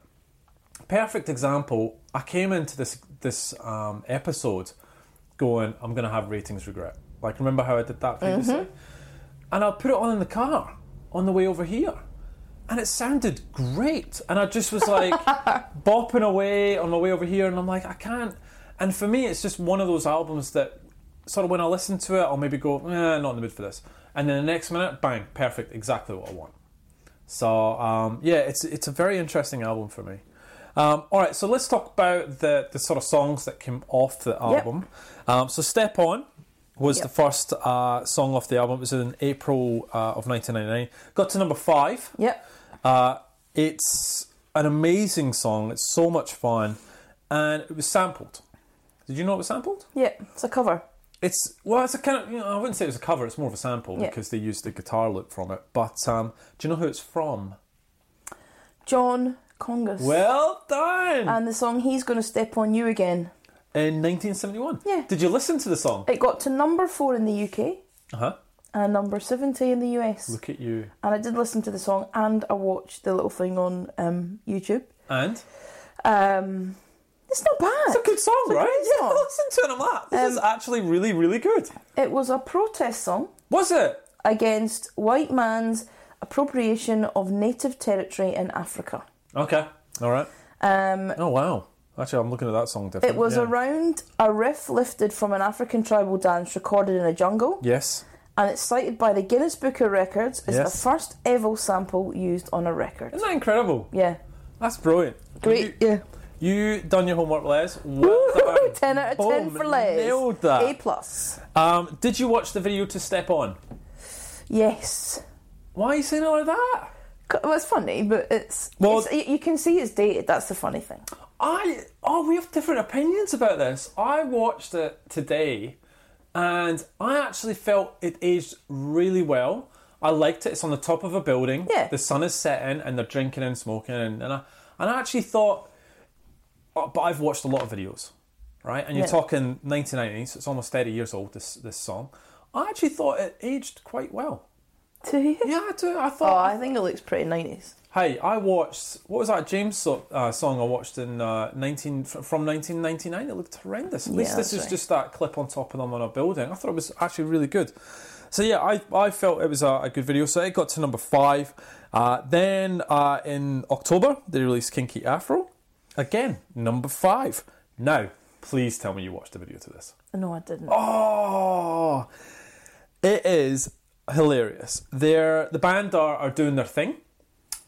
perfect example. I came into this this um, episode going, I'm gonna have ratings regret. Like remember how I did that previously? And I put it on in the car on the way over here. And it sounded great. And I just was like bopping away on my way over here and I'm like, I can't and for me it's just one of those albums that sort of when I listen to it I'll maybe go, eh, not in the mood for this. And then the next minute, bang, perfect, exactly what I want. So um, yeah, it's it's a very interesting album for me. Um, all right, so let's talk about the the sort of songs that came off the album. Um, so "Step On" was Yep. the first uh, song off the album. It was in April uh, of 1999. Got to number five. Yep. Uh, it's an amazing song. It's so much fun, and it was sampled. Did you know it was sampled? Yep. It's a cover. It's well, it's a kind of you know, I wouldn't say it was a cover. It's more of a sample Yeah. because they used the guitar loop from it. But um, do you know who it's from? John Congas. Well done. and the song He's Gonna Step On You Again. in 1971. Yeah. Did you listen to the song? It got to number four in the UK Uh huh. and number 70 in the US. Look at you. And I did listen to the song and I watched the little thing on um, YouTube. And Um, it's not bad. it's a good song, It's a right? <laughs> great Yeah, song. Um, listen to it. I'm like, this is actually really, really good. It was a protest song Was it? against white man's appropriation of native territory in Africa. Okay. All right. Um, Oh wow. Actually, I'm looking at that song different. it was yeah. around a riff lifted from an African tribal dance recorded in a jungle, Yes. and it's cited by the Guinness Book of Records as Yes. the first ever sample used on a record. Isn't that incredible? Yeah, That's brilliant. great. Yeah, You, you done your homework, Les. Well Woo-hoo, done. <laughs> ten out of ten Boom, for Les. Oh, Nailed A that. plus. Um, did you watch the video to Step On? Yes. Why are you saying it like that? C- Well, it's funny, but it's, Well- it's- you you can see it's dated. That's the funny thing. I oh, we have different opinions about this. I watched it today, and I actually felt it aged really well. I liked it. It's on the top of a building. Yeah. The sun is setting, and they're drinking and smoking, and, and I and I actually thought, oh, but I've watched a lot of videos, right? And you're Yeah. talking 1990s. So it's almost 30 years old. This this song. I actually thought it aged quite well. Do you? Yeah, I do. I Oh, thought. I think it looks pretty nineties. Hey, I watched what was that James so, uh, song I watched in uh, nineteen fr- from nineteen ninety nine? It looked horrendous. At least Yeah, this that's is right. just that clip on top of them on a building. I thought it was actually really good. So yeah, I, I felt it was a, a good video. So it got to number five. Uh, then uh, in October they released Kinky Afro, again number five. Now please tell me you watched the video to this. No, I didn't. Oh, it is hilarious. They're the band are, are doing their thing,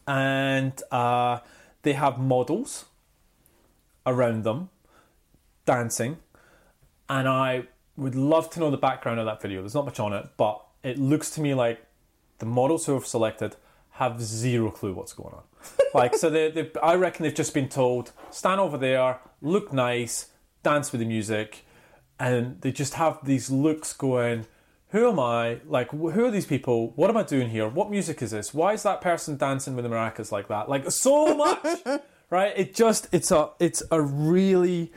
and uh, they have models around them dancing, and I would love to know the background of that video. There's not much on it, but it looks to me like the models who have selected have zero clue what's going <laughs> on. like, so they, they, I reckon they've just been told, stand over there, look nice, dance with the music, and they just have these looks going. Who am I? Like, wh- who are these people? What am I doing here? What music is this? Why is that person dancing with the maracas like that? Like, so much, <laughs> right? It just, it's a, it's a really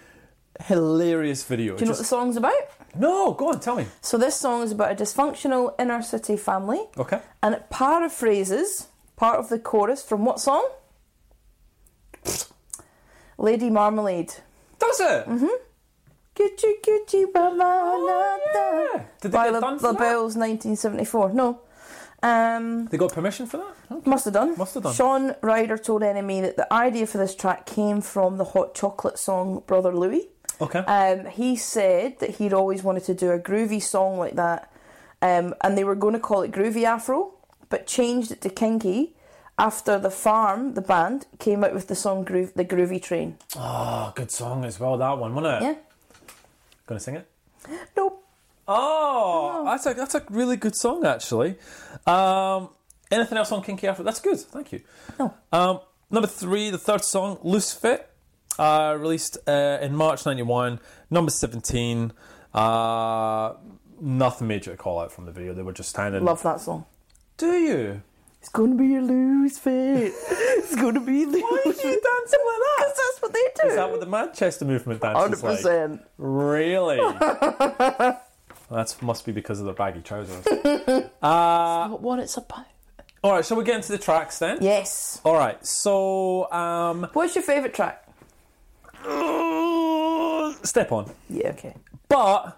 hilarious video. Do you know what the song's about? No, go on, tell me. So this song is about a dysfunctional inner city family, Okay. and it paraphrases part of the chorus from what song? Lady Marmalade. Does it? Gucci Gucci Banana. Oh, yeah. Did they By get La, done for La that? Belle's 1974. No. Um, They got permission for that? Huh? must have done. Must have done. Sean Ryder told Enemy that the idea for this track came from the hot chocolate song Brother Louie. Okay. Um, he said that he'd always wanted to do a groovy song like that, um, and they were going to call it Groovy Afro, but changed it to Kinky After the Farm, the band came out with the song Groove, "The Groovy Train." Oh, good song as well, that one, wasn't it? Yeah. Gonna sing it? Nope. Oh, that's a that's a really good song actually. Um, anything else on Kinky Afro? That's good. Thank you. No. Um, number three, the third song, Loose Fit, uh, released uh, in March '91. Number seventeen. Uh, nothing major to call out from the video. They were just standing. Love that song. Do you? It's gonna be a loose fit. <laughs> it's gonna be loose. Why are you dancing like <laughs> that? Because that's what they do. Is that what the Manchester movement dance Hundred is like? percent. <laughs> Really? that must be because of their baggy trousers. <laughs> uh, Not what it's about. all right, shall we get into the tracks then? Yes. All right, so um, What's your favourite track? step on. Yeah. Okay. But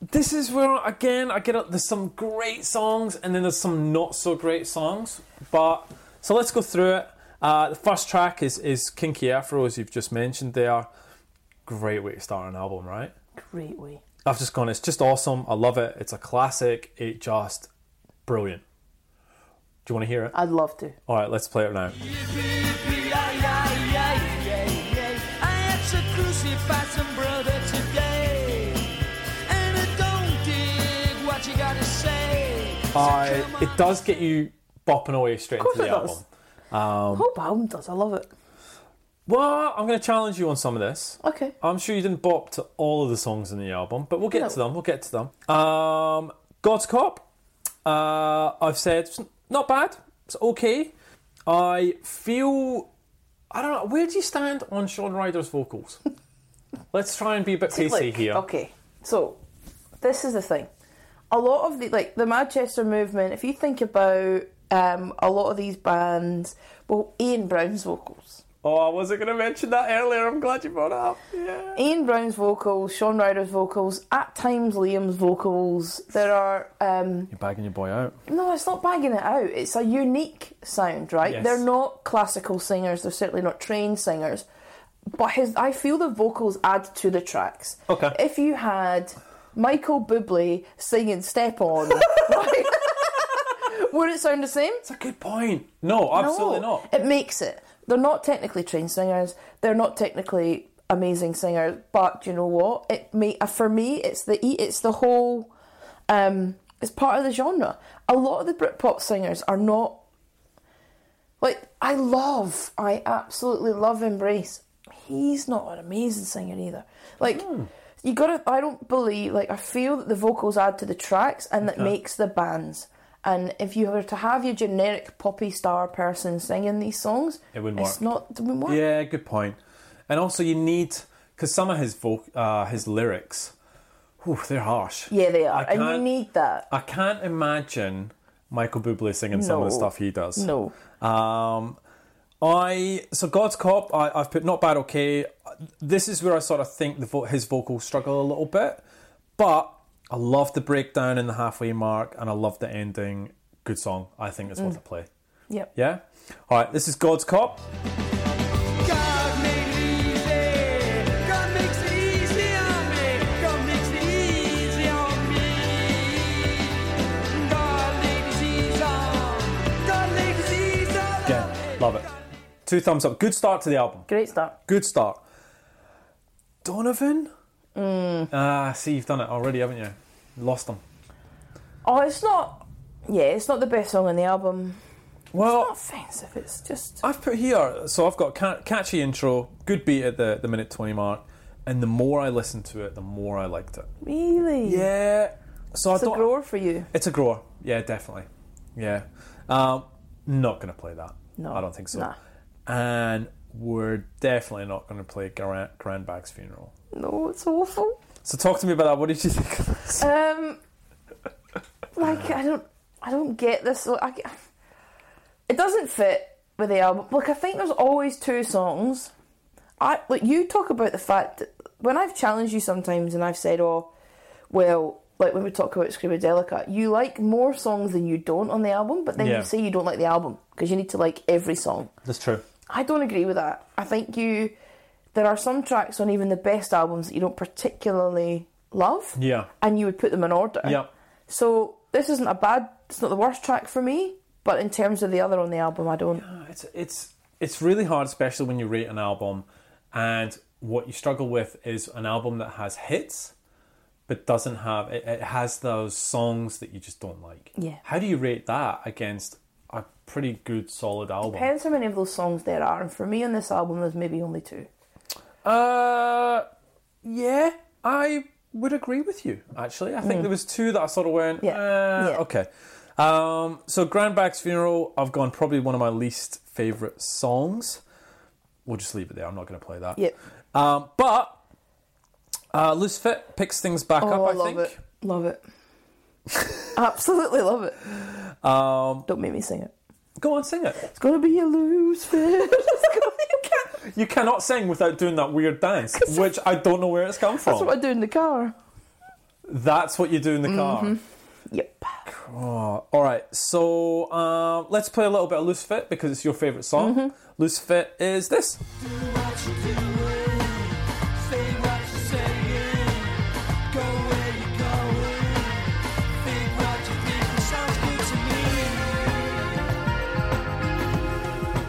this is where again I get up. There's some great songs, and then there's some not so great songs. But so let's go through it. Uh, the first track is is Kinky Afro, as you've just mentioned. They are great way to start an album, right? Great way. I've just gone. It's just awesome. I love it. It's a classic. It just brilliant. Do you want to hear it? I'd love to. All right, let's play it now. I had to crucify some brother today, and I don't dig what you gotta say. So I, come it on. does get you bopping away straight course into the it does. album. Hope album does. I love it. Well, I'm going to challenge you on some of this. Okay. I'm sure you didn't bop to all of the songs in the album, but we'll get No. to them. We'll get to them. Um, God's Cop, uh, I've said, it's not bad. It's okay. I feel. I don't know. Where do you stand on Sean Ryder's vocals? <laughs> Let's try and be a bit pacey Like, here. Okay. So, this is the thing. A lot of the like the Manchester movement. If you think about um, a lot of these bands, well, Ian Brown's vocals. Oh, I wasn't going to mention that earlier. I'm glad you brought it up. Yeah. Ian Brown's vocals, Sean Ryder's vocals, at times Liam's vocals. There are um, You're bagging your boy out. No, it's not bagging it out. It's a unique sound, right? Yes. They're not classical singers. They're certainly not trained singers. But his, I feel the vocals add to the tracks. Okay. If you had Michael Bublé singing "Step On," <laughs> right, would it sound the same? That's a good point. No, absolutely No. not. It makes it. They're not technically trained singers. They're not technically amazing singers. But do you know what? It may, uh, for me, it's the e- it's the whole. Um, it's part of the genre. A lot of the Britpop singers are not. Like I love, I absolutely love Embrace. He's not an amazing singer either. Like. Hmm. You gotta. I don't believe. Like I feel that the vocals add to the tracks, and that makes the bands. And if you were to have your generic poppy star person singing these songs, It wouldn't work. it's not. It wouldn't work. Yeah, good point. And also, you need because some of his voc- uh, his lyrics, whew, they're harsh. Yeah, they are, I and you can't- need that. I can't imagine Michael Bublé singing some of the No. stuff he does. No. Um, I so God's Cop. I, I've put not bad. Okay, this is where I sort of think the vo- his vocals struggle a little bit, but I love the breakdown in the halfway mark, and I love the ending. Good song. I think it's Mm. worth a play. Yep. Yeah. All right. This is God's Cop. God made it easy. God makes it easy on me. God makes it easy on me. God makes it easy on. God makes it easy on Yeah, me. love it. Two thumbs up. Good start to the album. Great start. Good start. Donovan? Ah, see, you've done it already, haven't you? Lost him. Oh, it's not. Yeah, it's not the best song on the album. Not Well, offensive. It's just. I've put here, so I've got ca- catchy intro, good beat at the, the minute 20 mark, and the more I listened to it, the more I liked it. Really. Yeah. So It's I a don't. grower for you. It's a grower. Yeah, definitely. Yeah. Um, not going to play that. No, I don't think so. nah. And we're definitely not going to play Grand, Grandbag's funeral. No, it's awful. So talk to me about that. What did you think of this? Um, like I don't, I don't get this. I, get- it doesn't fit with the album. Look, I think there's always two songs. I like you talk about the fact that when I've challenged you sometimes and I've said, "Oh, well." Like when we talk about Scribadelica, you like more songs than you don't on the album, but then Yeah. you say you don't like the album because you need to like every song. That's true. I don't agree with that. I think you there are some tracks on even the best albums that you don't particularly love. Yeah. And you would put them in order. Yep. So this isn't a bad it's not the worst track for me, But in terms of the other on the album, I don't. It's it's it's really hard, especially when you rate an album, and what you struggle with is an album that has hits, but doesn't have it, it has those songs that you just don't like. Yeah. How do you rate that against a pretty good, solid album? Depends how many of those songs there are, and for me on this album, there's maybe only two. Uh, yeah, I would agree with you. Actually, I think there was two that I sort of went. Hmm. Yeah, "Eh, yeah. Okay. Um, so Grandbag's funeral, I've gone probably one of my least favorite songs. We'll just leave it there. I'm not going to play that. Yep. Um, but uh, Loose Fit picks things back Oh, up. I, I love think. it. Love <laughs> it. Absolutely love it. Um, Don't make me sing it. go on, sing it. It's gonna be a loose fit. <laughs> It's gonna be a cat. You cannot sing without doing that weird <laughs> dance, which I don't know where it's come from. That's what I do in the car. That's what you do in the Mm-hmm. car. Yep. Oh, all right. So um, let's play a little bit of Loose Fit because it's your favourite song. Mm-hmm. Loose Fit is this.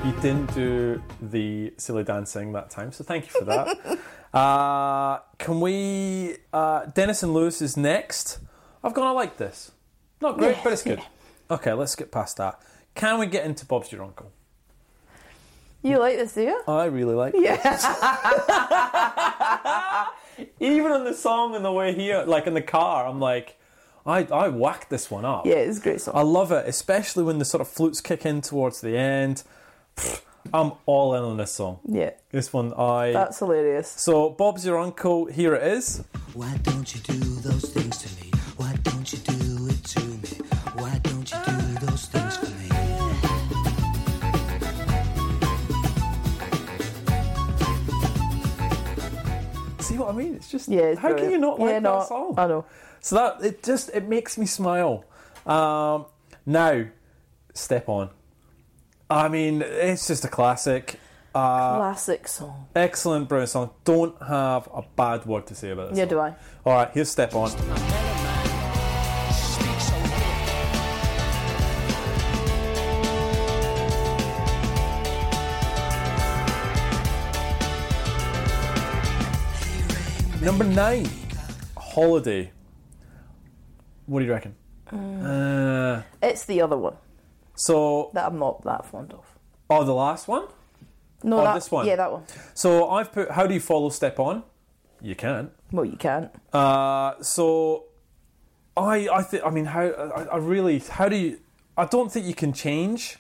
You didn't do the silly dancing that time, so thank you for <laughs> that. uh, can we? Uh, Dennis and Lewis is next. I've gone. I like this. Not great, Yeah, but it's good. Okay, let's get past that. Can we get into Bob's Your Uncle? You like this, do you? I really like Yeah. <laughs> even on the song and the way here, like in the car, I'm like, I I whacked this one up. Yeah, it's a great song. I love it, especially when the sort of flutes kick in towards the end. Pfft, I'm all in on this song. Yeah. This one, I. That's hilarious. so Bob's your uncle. Here it is. Why don't you do those things to me? Why don't you do it to me? Why don't you do those things for me? See what I mean? It's just Yeah, it's how can you brilliant. not like yeah, that no, song? I know. So that it just it makes me smile. Um, now, step on. I mean, it's just a classic. Uh, Classic song. Excellent Brown song. Don't have a bad word to say about this. Yeah, song. do I? All right, here's Step On. Number nine, Holiday. What do you reckon? Uh, It's the other one so, that I'm not that fond of. oh, the last one? No, Oh, that, this one. Yeah, that one. So I've put, how do you follow Step On? You can't. Well, you can't. Uh, so I I think I mean how I, I really how do you I don't think you can change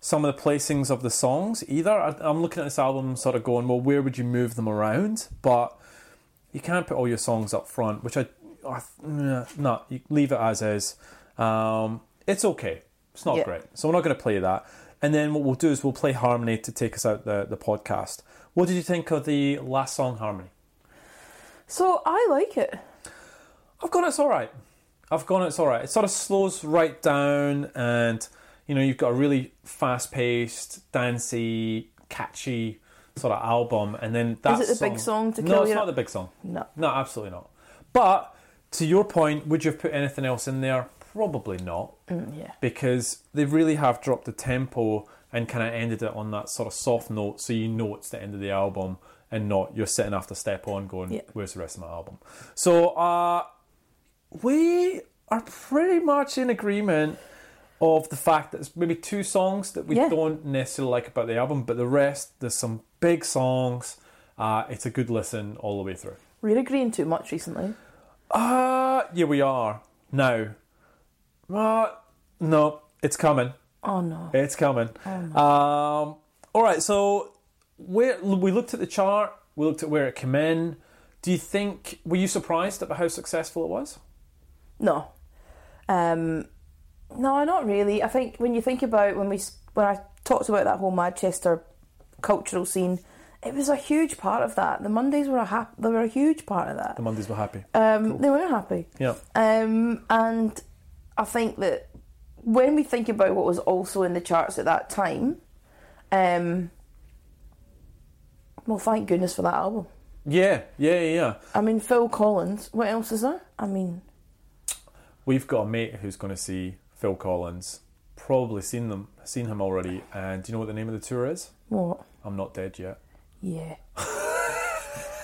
some of the placings of the songs either. I, I'm looking at this album sort of going, well, where would you move them around? But you can't put all your songs up front, which I, I no, no, you leave it as is. Um, it's okay. It's not Yeah. great. So we're not going to play that. And then what we'll do is we'll play Harmony to take us out the, the podcast. What did you think of the last song, Harmony? So I like it. I've gone it's all right. I've gone it's all right. It sort of slows right down, and you know you've got a really fast-paced, dancey, catchy sort of album, and then that's it the big song to no, kill it's you? not the big song. No. no, absolutely not. But to your point, would you have put anything else in there? Probably not, mm, Yeah. because they really have dropped the tempo and kind of ended it on that sort of soft note, so you know it's the end of the album. And not you're sitting after step on going, Yeah. where's the rest of my album? So uh, we are pretty much in agreement of the fact that it's maybe two songs that we Yeah. don't necessarily like about the album, but the rest, there's some big songs. Uh, it's a good listen all the way through. We're agreeing too much recently. Uh, yeah, we are. No. Uh, no, it's coming. Oh no. It's coming. Oh um, all right, so where, we looked at the chart, we looked at where it came in. Do you think, were you surprised at how successful it was? No. Um, no, not really. I think when you think about when we s- when I talked about that whole Manchester cultural scene, it was a huge part of that. The Mondays were a hap- they were a huge part of that. The Mondays were happy. Um, They were happy. yeah. Um, and I think that when we think about what was also in the charts at that time, um, well, thank goodness for that album. Yeah, yeah, yeah, yeah. I mean, Phil Collins. What else is there? I mean, We've got a mate who's going to see Phil Collins probably seen them, seen him already. And do you know what the name of the tour is? What? I'm not dead yet. Yeah.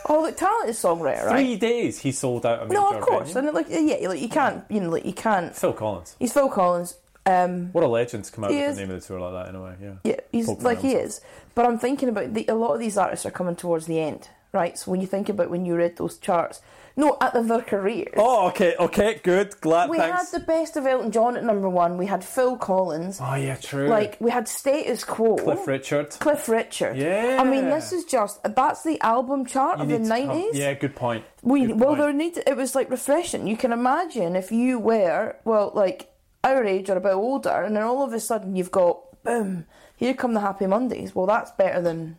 oh, look, talented songwriter, right? Three days he sold out a major No, of course. venue. And like, yeah, like you can't, you know, like you can't. Phil Collins. He's Phil Collins. Um, What a legend to come out He with is. the name of the tour like that. Anyway, yeah. yeah, he's Folk like he rounds. is. But I'm thinking about the, a lot of these artists are coming towards the end, right? So when you think about when you read those charts, no, at the, their careers. Oh, okay, okay, good, glad, we thanks. had the best of Elton John at number one. We had Phil Collins. Oh yeah, true. Like we had Status Quo. Cliff Richard. Cliff Richard. Yeah. I mean, this is just that's the album chart You of the need to come- nineties. Yeah, good point. We Good well, point. there need it was like refreshing. You can imagine if you were well, like our age or a bit older, and then all of a sudden you've got boom, here come the Happy Mondays. Well, that's better than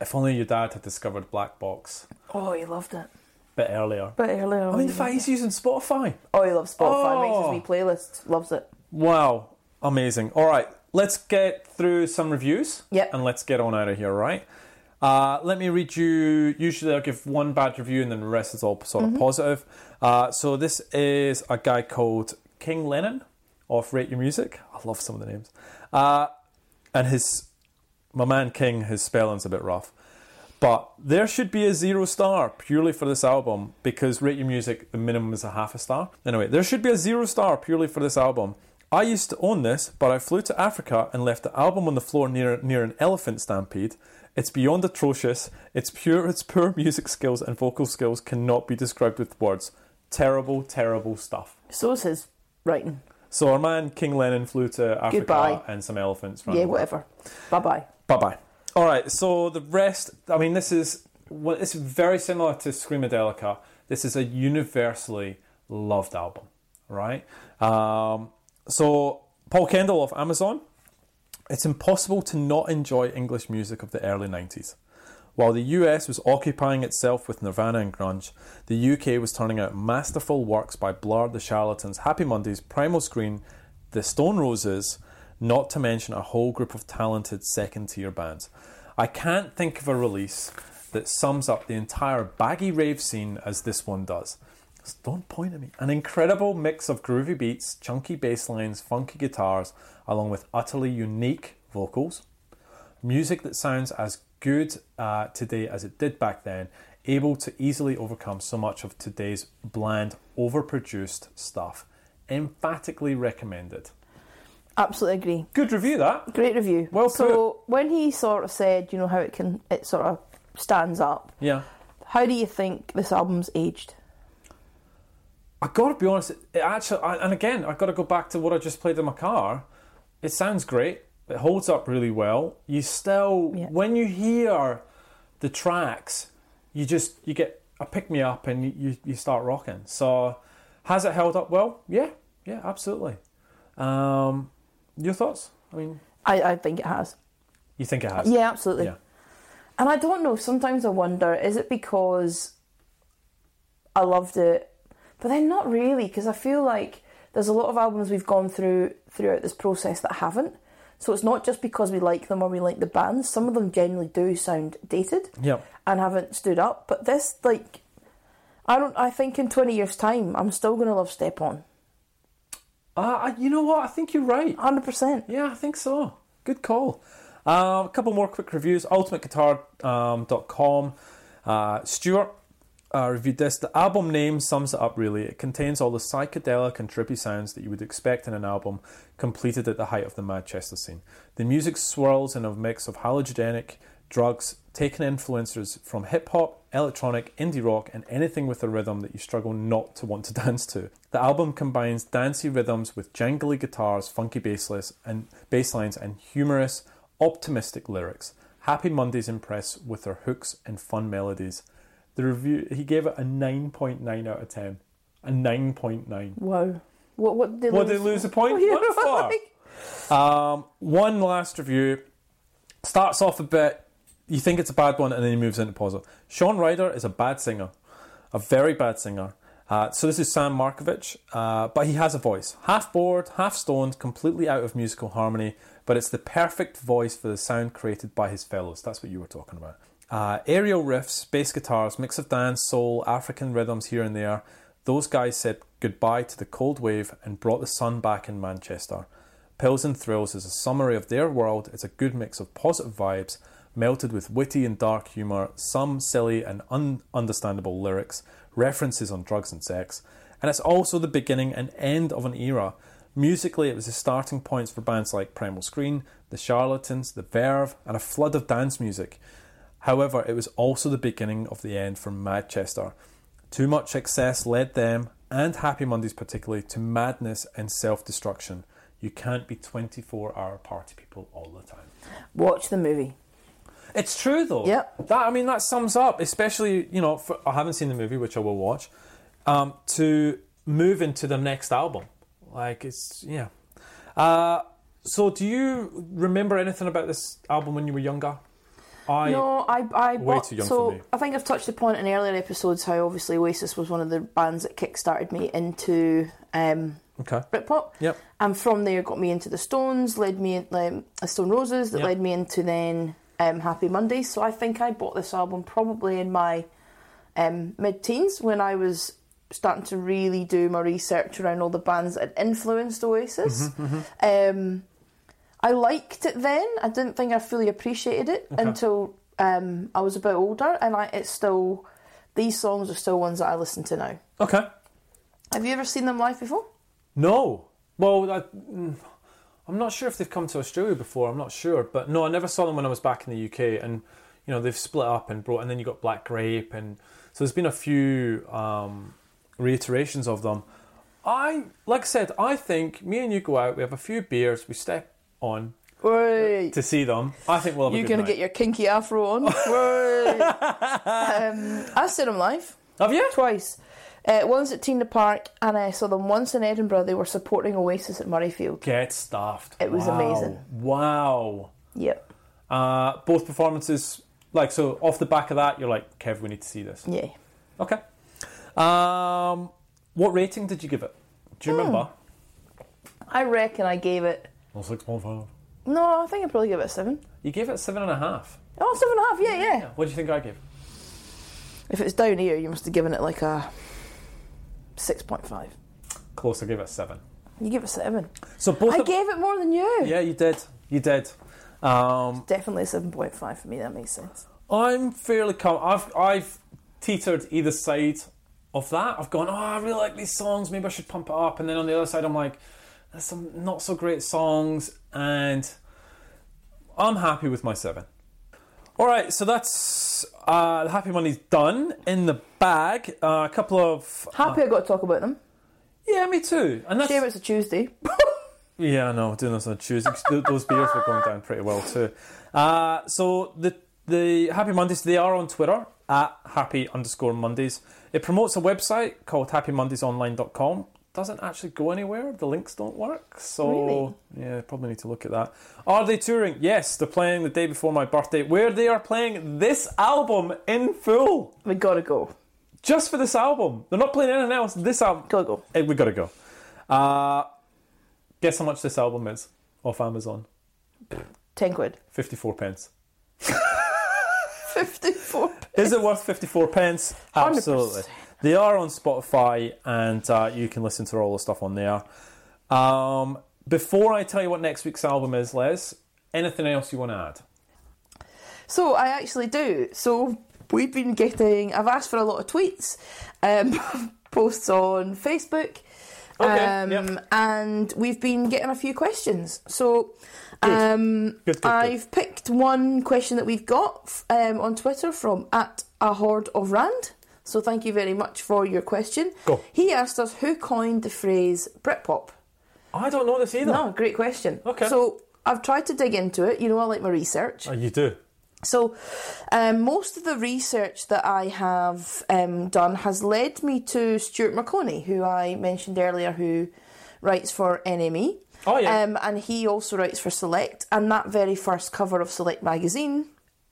If only your dad had discovered Black Box oh, he loved it. a bit earlier. But earlier, on, I mean, he the fact loved he's it. using Spotify. oh, he loves Spotify. Oh. Makes his wee playlist. Loves it. Wow, amazing. All right, let's get through some reviews. Yep. And let's get on out of here, right? Uh, let me read you. Usually, I'll give one bad review, and then the rest is all Mm-hmm. sort of positive. Uh, so this is a guy called King Lennon of Rate Your Music. I love some of the names. Uh, and his my man King, his spelling's a bit rough. But there should be a zero star purely for this album because Rate Your Music, the minimum is a half a star. Anyway, there should be a zero star purely for this album. I used to own this, but I flew to Africa and left the album on the floor near, near an elephant stampede. It's beyond atrocious. It's pure, its poor music skills and vocal skills cannot be described with words. Terrible, terrible stuff. So is his writing. So our man King Lennon flew to Africa Goodbye. and some elephants. yeah, around the world. whatever. Bye bye. Bye bye. All right. So the rest. I mean, this is well, it's very similar to Screamadelica. This is a universally loved album, right? Um, so Paul Kendall of Amazon. It's impossible to not enjoy English music of the early 90s. While the US was occupying itself with Nirvana and grunge, the UK was turning out masterful works by Blur, The Charlatans, Happy Mondays, Primal Screen, The Stone Roses, not to mention a whole group of talented second tier bands. I can't think of a release that sums up the entire baggy rave scene as this one does. Just don't point at me. An incredible mix of groovy beats, chunky bass lines, funky guitars, along with utterly unique vocals. Music that sounds as good uh, today as it did back then, able to easily overcome so much of today's bland, overproduced stuff. Emphatically recommended. Absolutely agree. Good review, that. Great review. Well so when he sort of said, you know how it can, it sort of stands up. Yeah. How do you think this album's aged? I gotta be honest. It actually, I, and again, I gotta go back to what I just played in my car. It sounds great. It holds up really well. You still, Yeah. when you hear the tracks, you just you get a pick me up and you- you you start rocking. So, has it held up well? Yeah, yeah, absolutely. Um, your thoughts? I mean, I, I think it has. you think it has? Yeah, absolutely. Yeah. And I don't know. Sometimes I wonder, is it because I loved it, but then not really, because I feel like there's a lot of albums we've gone through throughout this process that haven't. So it's not just because we like them or we like the bands. Some of them generally do sound dated. Yep. and haven't stood up. But this, like, I don't. I think in twenty years' time, I'm still gonna love Step On, Uh, I- you know what? I think you're right. hundred percent. Yeah, I think so. Good call. Um, a couple more quick reviews. UltimateGuitar.com. Uh, Stuart uh, reviewed this. The album name sums it up really. It contains all the psychedelic and trippy sounds that you would expect in an album completed at the height of the Manchester scene. The music swirls in a mix of halogenic drugs, taken influences from hip hop, electronic, indie rock, and anything with a rhythm that you struggle not to want to <laughs> dance to. The album combines dancey rhythms with jangly guitars, funky bassless and bass lines, and humorous, optimistic lyrics. Happy Mondays impress with their hooks and fun melodies. The review he gave it a nine point nine out of ten. A nine point nine. Wow. What? <laughs> What did they What lose? did they lose a point? Oh, yeah, What for? like- Um, one last review starts off a bit. You think it's a bad one, and then he moves into positive. Sean Ryder is a bad singer, a very bad singer. Uh, so this is Sam Markovich, uh, but he has a voice, half bored, half stoned, completely out of musical harmony. But it's the perfect voice for the sound created by his fellows. That's what you were talking about. Uh, aerial riffs, bass guitars, mix of dance, soul, African rhythms here and there. Those guys said goodbye to the cold wave and brought the sun back in Manchester. Pills and Thrills is a summary of their world. It's a good mix of positive vibes, melted with witty and dark humour, some silly and un- understandable lyrics, references on drugs and sex, and it's also the beginning and end of an era. Musically, it was the starting points for bands like Primal Screen, The Charlatans, The Verve, and a flood of dance music. However, it was also the beginning of the end for Manchester. Too much success led them, and Happy Mondays particularly, to madness and self destruction. You can't be 24 hour party people all the time. Watch the movie. It's true though. Yep. That I mean that sums up, especially you know for, I haven't seen the movie, which I will watch. Um, to move into the next album, like it's yeah. Uh, so do you remember anything about this album when you were younger? I No, I, I Way bought- too young so for me. I think I've touched upon in earlier episodes how obviously Oasis was one of the bands that kickstarted me into um, okay. Britpop. Yep. And from there, got me into the Stones, led me in, um, the Stone Roses, that Yep. led me into then um, Happy Mondays. So I think I bought this album probably in my um, mid teens when I was starting to really do my research around all the bands that had influenced Oasis. Um, I liked it then. I didn't think I fully appreciated it until um, I was a bit older, and I, it's still. These songs are still ones that I listen to now. Okay. Have you ever seen them live before? No. Well, I, mm, I'm not sure if they've come to Australia before. I'm not sure, but no, I never saw them when I was back in the UK. And you know, they've split up and brought, and then you got Black Grape, and so there's been a few um, reiterations of them. I, like I said, I think me and you go out, we have a few beers, we step on Wait. to see them. I think we'll have a You're good gonna night. get your kinky afro <laughs> on. Whey. um, I saw them live Have you? twice. Uh, once at Tina Park, and I saw them once in Edinburgh. They were supporting Oasis at Murrayfield. Get stuffed. It was Wow. amazing. Wow. Yep. Uh, both performances, like so, off the back of that, you're like, Kev, we need to see this. Yeah. Okay. Um, what rating did you give it? Do you remember? I reckon I gave it. Oh. six point five. No, I think I probably gave it a seven. You gave it seven and a half. Oh, seven and a half. Yeah, yeah. What do you think I gave? If it's down here, you must have given it like a six point five. Close. I gave it a seven. You give it seven. So both. I of- gave it more than you. yeah, you did. You did. Um, Definitely a seven point five for me. That makes sense. I'm fairly com- I've I've teetered either side of that. I've gone. Oh, I really like these songs. Maybe I should pump it up. And then on the other side, I'm like, there's some not so great songs, and I'm happy with my seven. All right, so that's uh, the Happy Money's done in the bag. Uh, a couple of Happy I got to talk about them. yeah, me too. And that's Shame it's a Tuesday. yeah, no, doing this on Tuesday. 'cause th- Those beers were going down pretty well too. Uh, so the the Happy Mondays they are on Twitter at Happy underscore Mondays. It promotes a website called HappyMondaysOnline.com. Doesn't actually go anywhere. The links don't work. So yeah, probably need to look at that. Are they touring? Yes, they're playing the day before my birthday, where they are playing this album in full We gotta go. just for this album. They're not playing anything else. This album. Gotta go. Eh, we gotta go. Uh, guess how much this album is off Amazon? Ten quid. 54 pence. 54. Is it worth 54 pence? Absolutely. 100%. They are on Spotify and uh, you can listen to all the stuff on there. Um, before I tell you what next week's album is, Les, anything else you want to add? So I actually do. So we've been getting, I've asked for a lot of tweets, um, <laughs> posts on Facebook. Okay, um, yep. And we've been getting a few questions. So um, Good, good, good. I've picked one question that we've got f- um, on Twitter from at a horde of Rand. So thank you very much for your question. Go. He asked us who coined the phrase Britpop. I don't know this either. No, great question. Okay. So I've tried to dig into it. You know, I like my research. Oh, you do? So, um, most of the research that I have um, done has led me to Stuart McConey, who I mentioned earlier, who writes for NME. Oh, yeah. Um, and he also writes for Select, and that very first cover of Select magazine,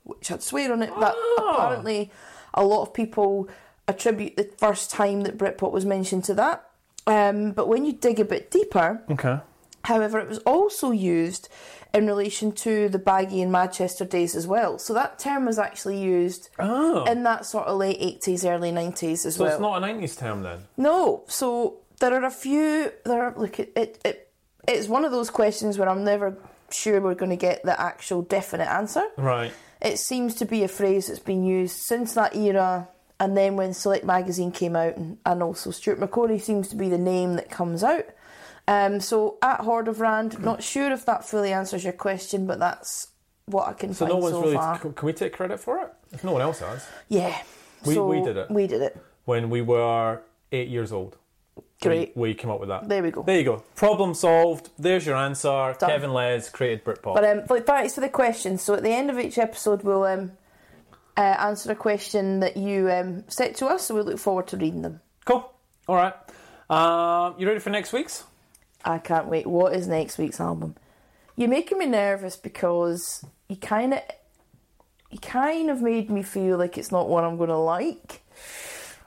which had swear on it, that Ah. apparently a lot of people attribute the first time that Britpop was mentioned to that. Um, but when you dig a bit deeper, Okay. However, it was also used in relation to the baggy and Manchester days as well. So that term was actually used Oh. in that sort of late 80s, early 90s as so well. it's not a 90s term then? no, so there are a few. There are look it it, it it's one of those questions where I'm never sure we're going to get the actual definite answer. Right. It seems to be a phrase that's been used since that era, and then when Select Magazine came out, and, and also Stuart McCory seems to be the name that comes out. Um, so at Hmm. Hordavrand, not sure if that fully answers your question, but that's what I can So find no one's so really. far. Can we take credit for it? If no one else has, yeah, We- So we did it. We did it. when we were eight years old, we- Great. we, came up with that. There we go. There you go. Problem solved. There's your answer. Done. Kevin Les created Britpop. But um, but thanks for the questions. So at the end of each episode, we'll um, uh, answer a question that you um, set to us. So we look forward to reading them. cool. All right. Um, you ready for next week's? I can't wait. What is next week's album? You're making me nervous because you kind of you kind of made me feel like it's not one I'm going to like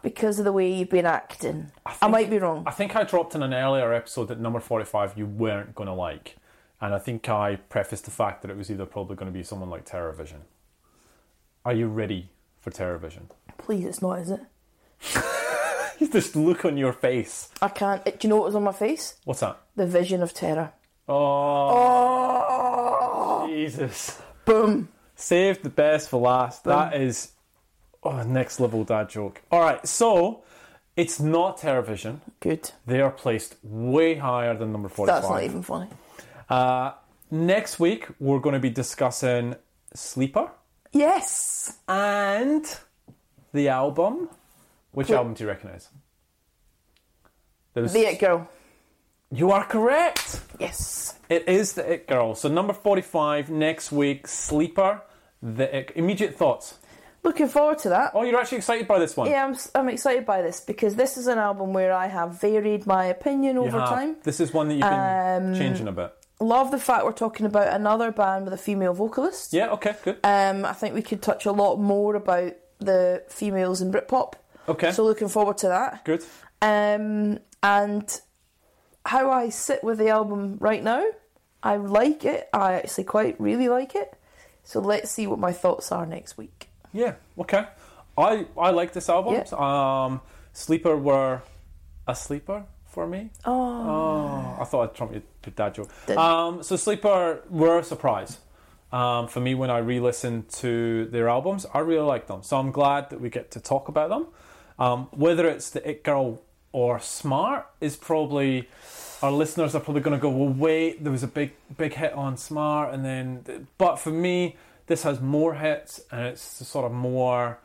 because of the way you've been acting. I, think- might be wrong. I think I dropped in an earlier episode that number 45 you weren't going to like. And I think I prefaced the fact that it was either probably going to be someone like TerrorVision. Are you ready for TerrorVision? <laughs> Please, it's not, is it? Just look on your face. I can't. Do you know what was on my face? What's that? The vision of terror. Oh, Oh, Jesus. boom. Saved the best for last. That is oh, next level dad joke. All right, so it's not TerrorVision. Good. They are placed way higher than number 45. That's not even funny. Uh, next week, we're going to be discussing Sleeper. Yes. and the album. Which Pl- album do you recognise? There was- The It Girl. you are correct. Yes. It is the It Girl. So number forty-five next week, Sleeper. The it, immediate thoughts. Looking forward to that. Oh, you're actually excited by this one. Yeah, I'm, I'm excited by this because this is an album where I have varied my opinion You over have- time. This is one that you've been Um, changing a bit. Love the fact we're talking about another band with a female vocalist. Yeah. Okay. Good. Um, I think we could touch a lot more about the females in Britpop. Okay. uh, So looking forward to that. good. Um, and how I sit with the album right now, I like it. I actually quite really like it. So let's see what my thoughts are next week. Yeah. Okay. I I like this album. Yeah. Um, Sleeper were a sleeper for me. Oh, I thought I'd trump your your dad joke. Didn't. Um, so Sleeper were a surprise um, for me when I re-listened to their albums. I really like them, so I'm glad that we get to talk about them. Um, whether it's the It Girl or Smart is probably our listeners are probably going to go. Well, wait, there was a big big hit on Smart, and then but for me, this has more hits and it's sort of more.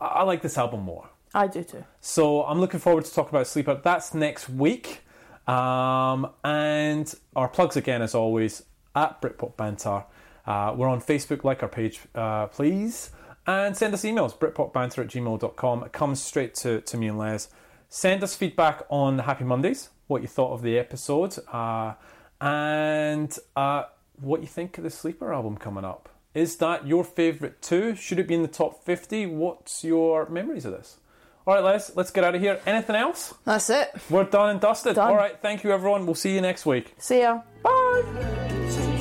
I, I like this album more. I do too. So I'm looking forward to talking about Sleeper. That's next week. Um, and our plugs again, as always, at Britpop Banter. Uh, we're on Facebook, like our page, uh, please. And send us emails, britpopbanter at gmail.com. It comes straight to, to me and Les. Send us feedback on Happy Mondays, what you thought of the episode, uh, and uh, what you think of the Sleeper album coming up. Is that your favourite too? Should it be in the top 50? What's your memories of this? All right, Les, let's get out of here. Anything else? That's it. We're done and dusted. Done. All right, thank you, everyone. We'll see you next week. See ya. Bye. Take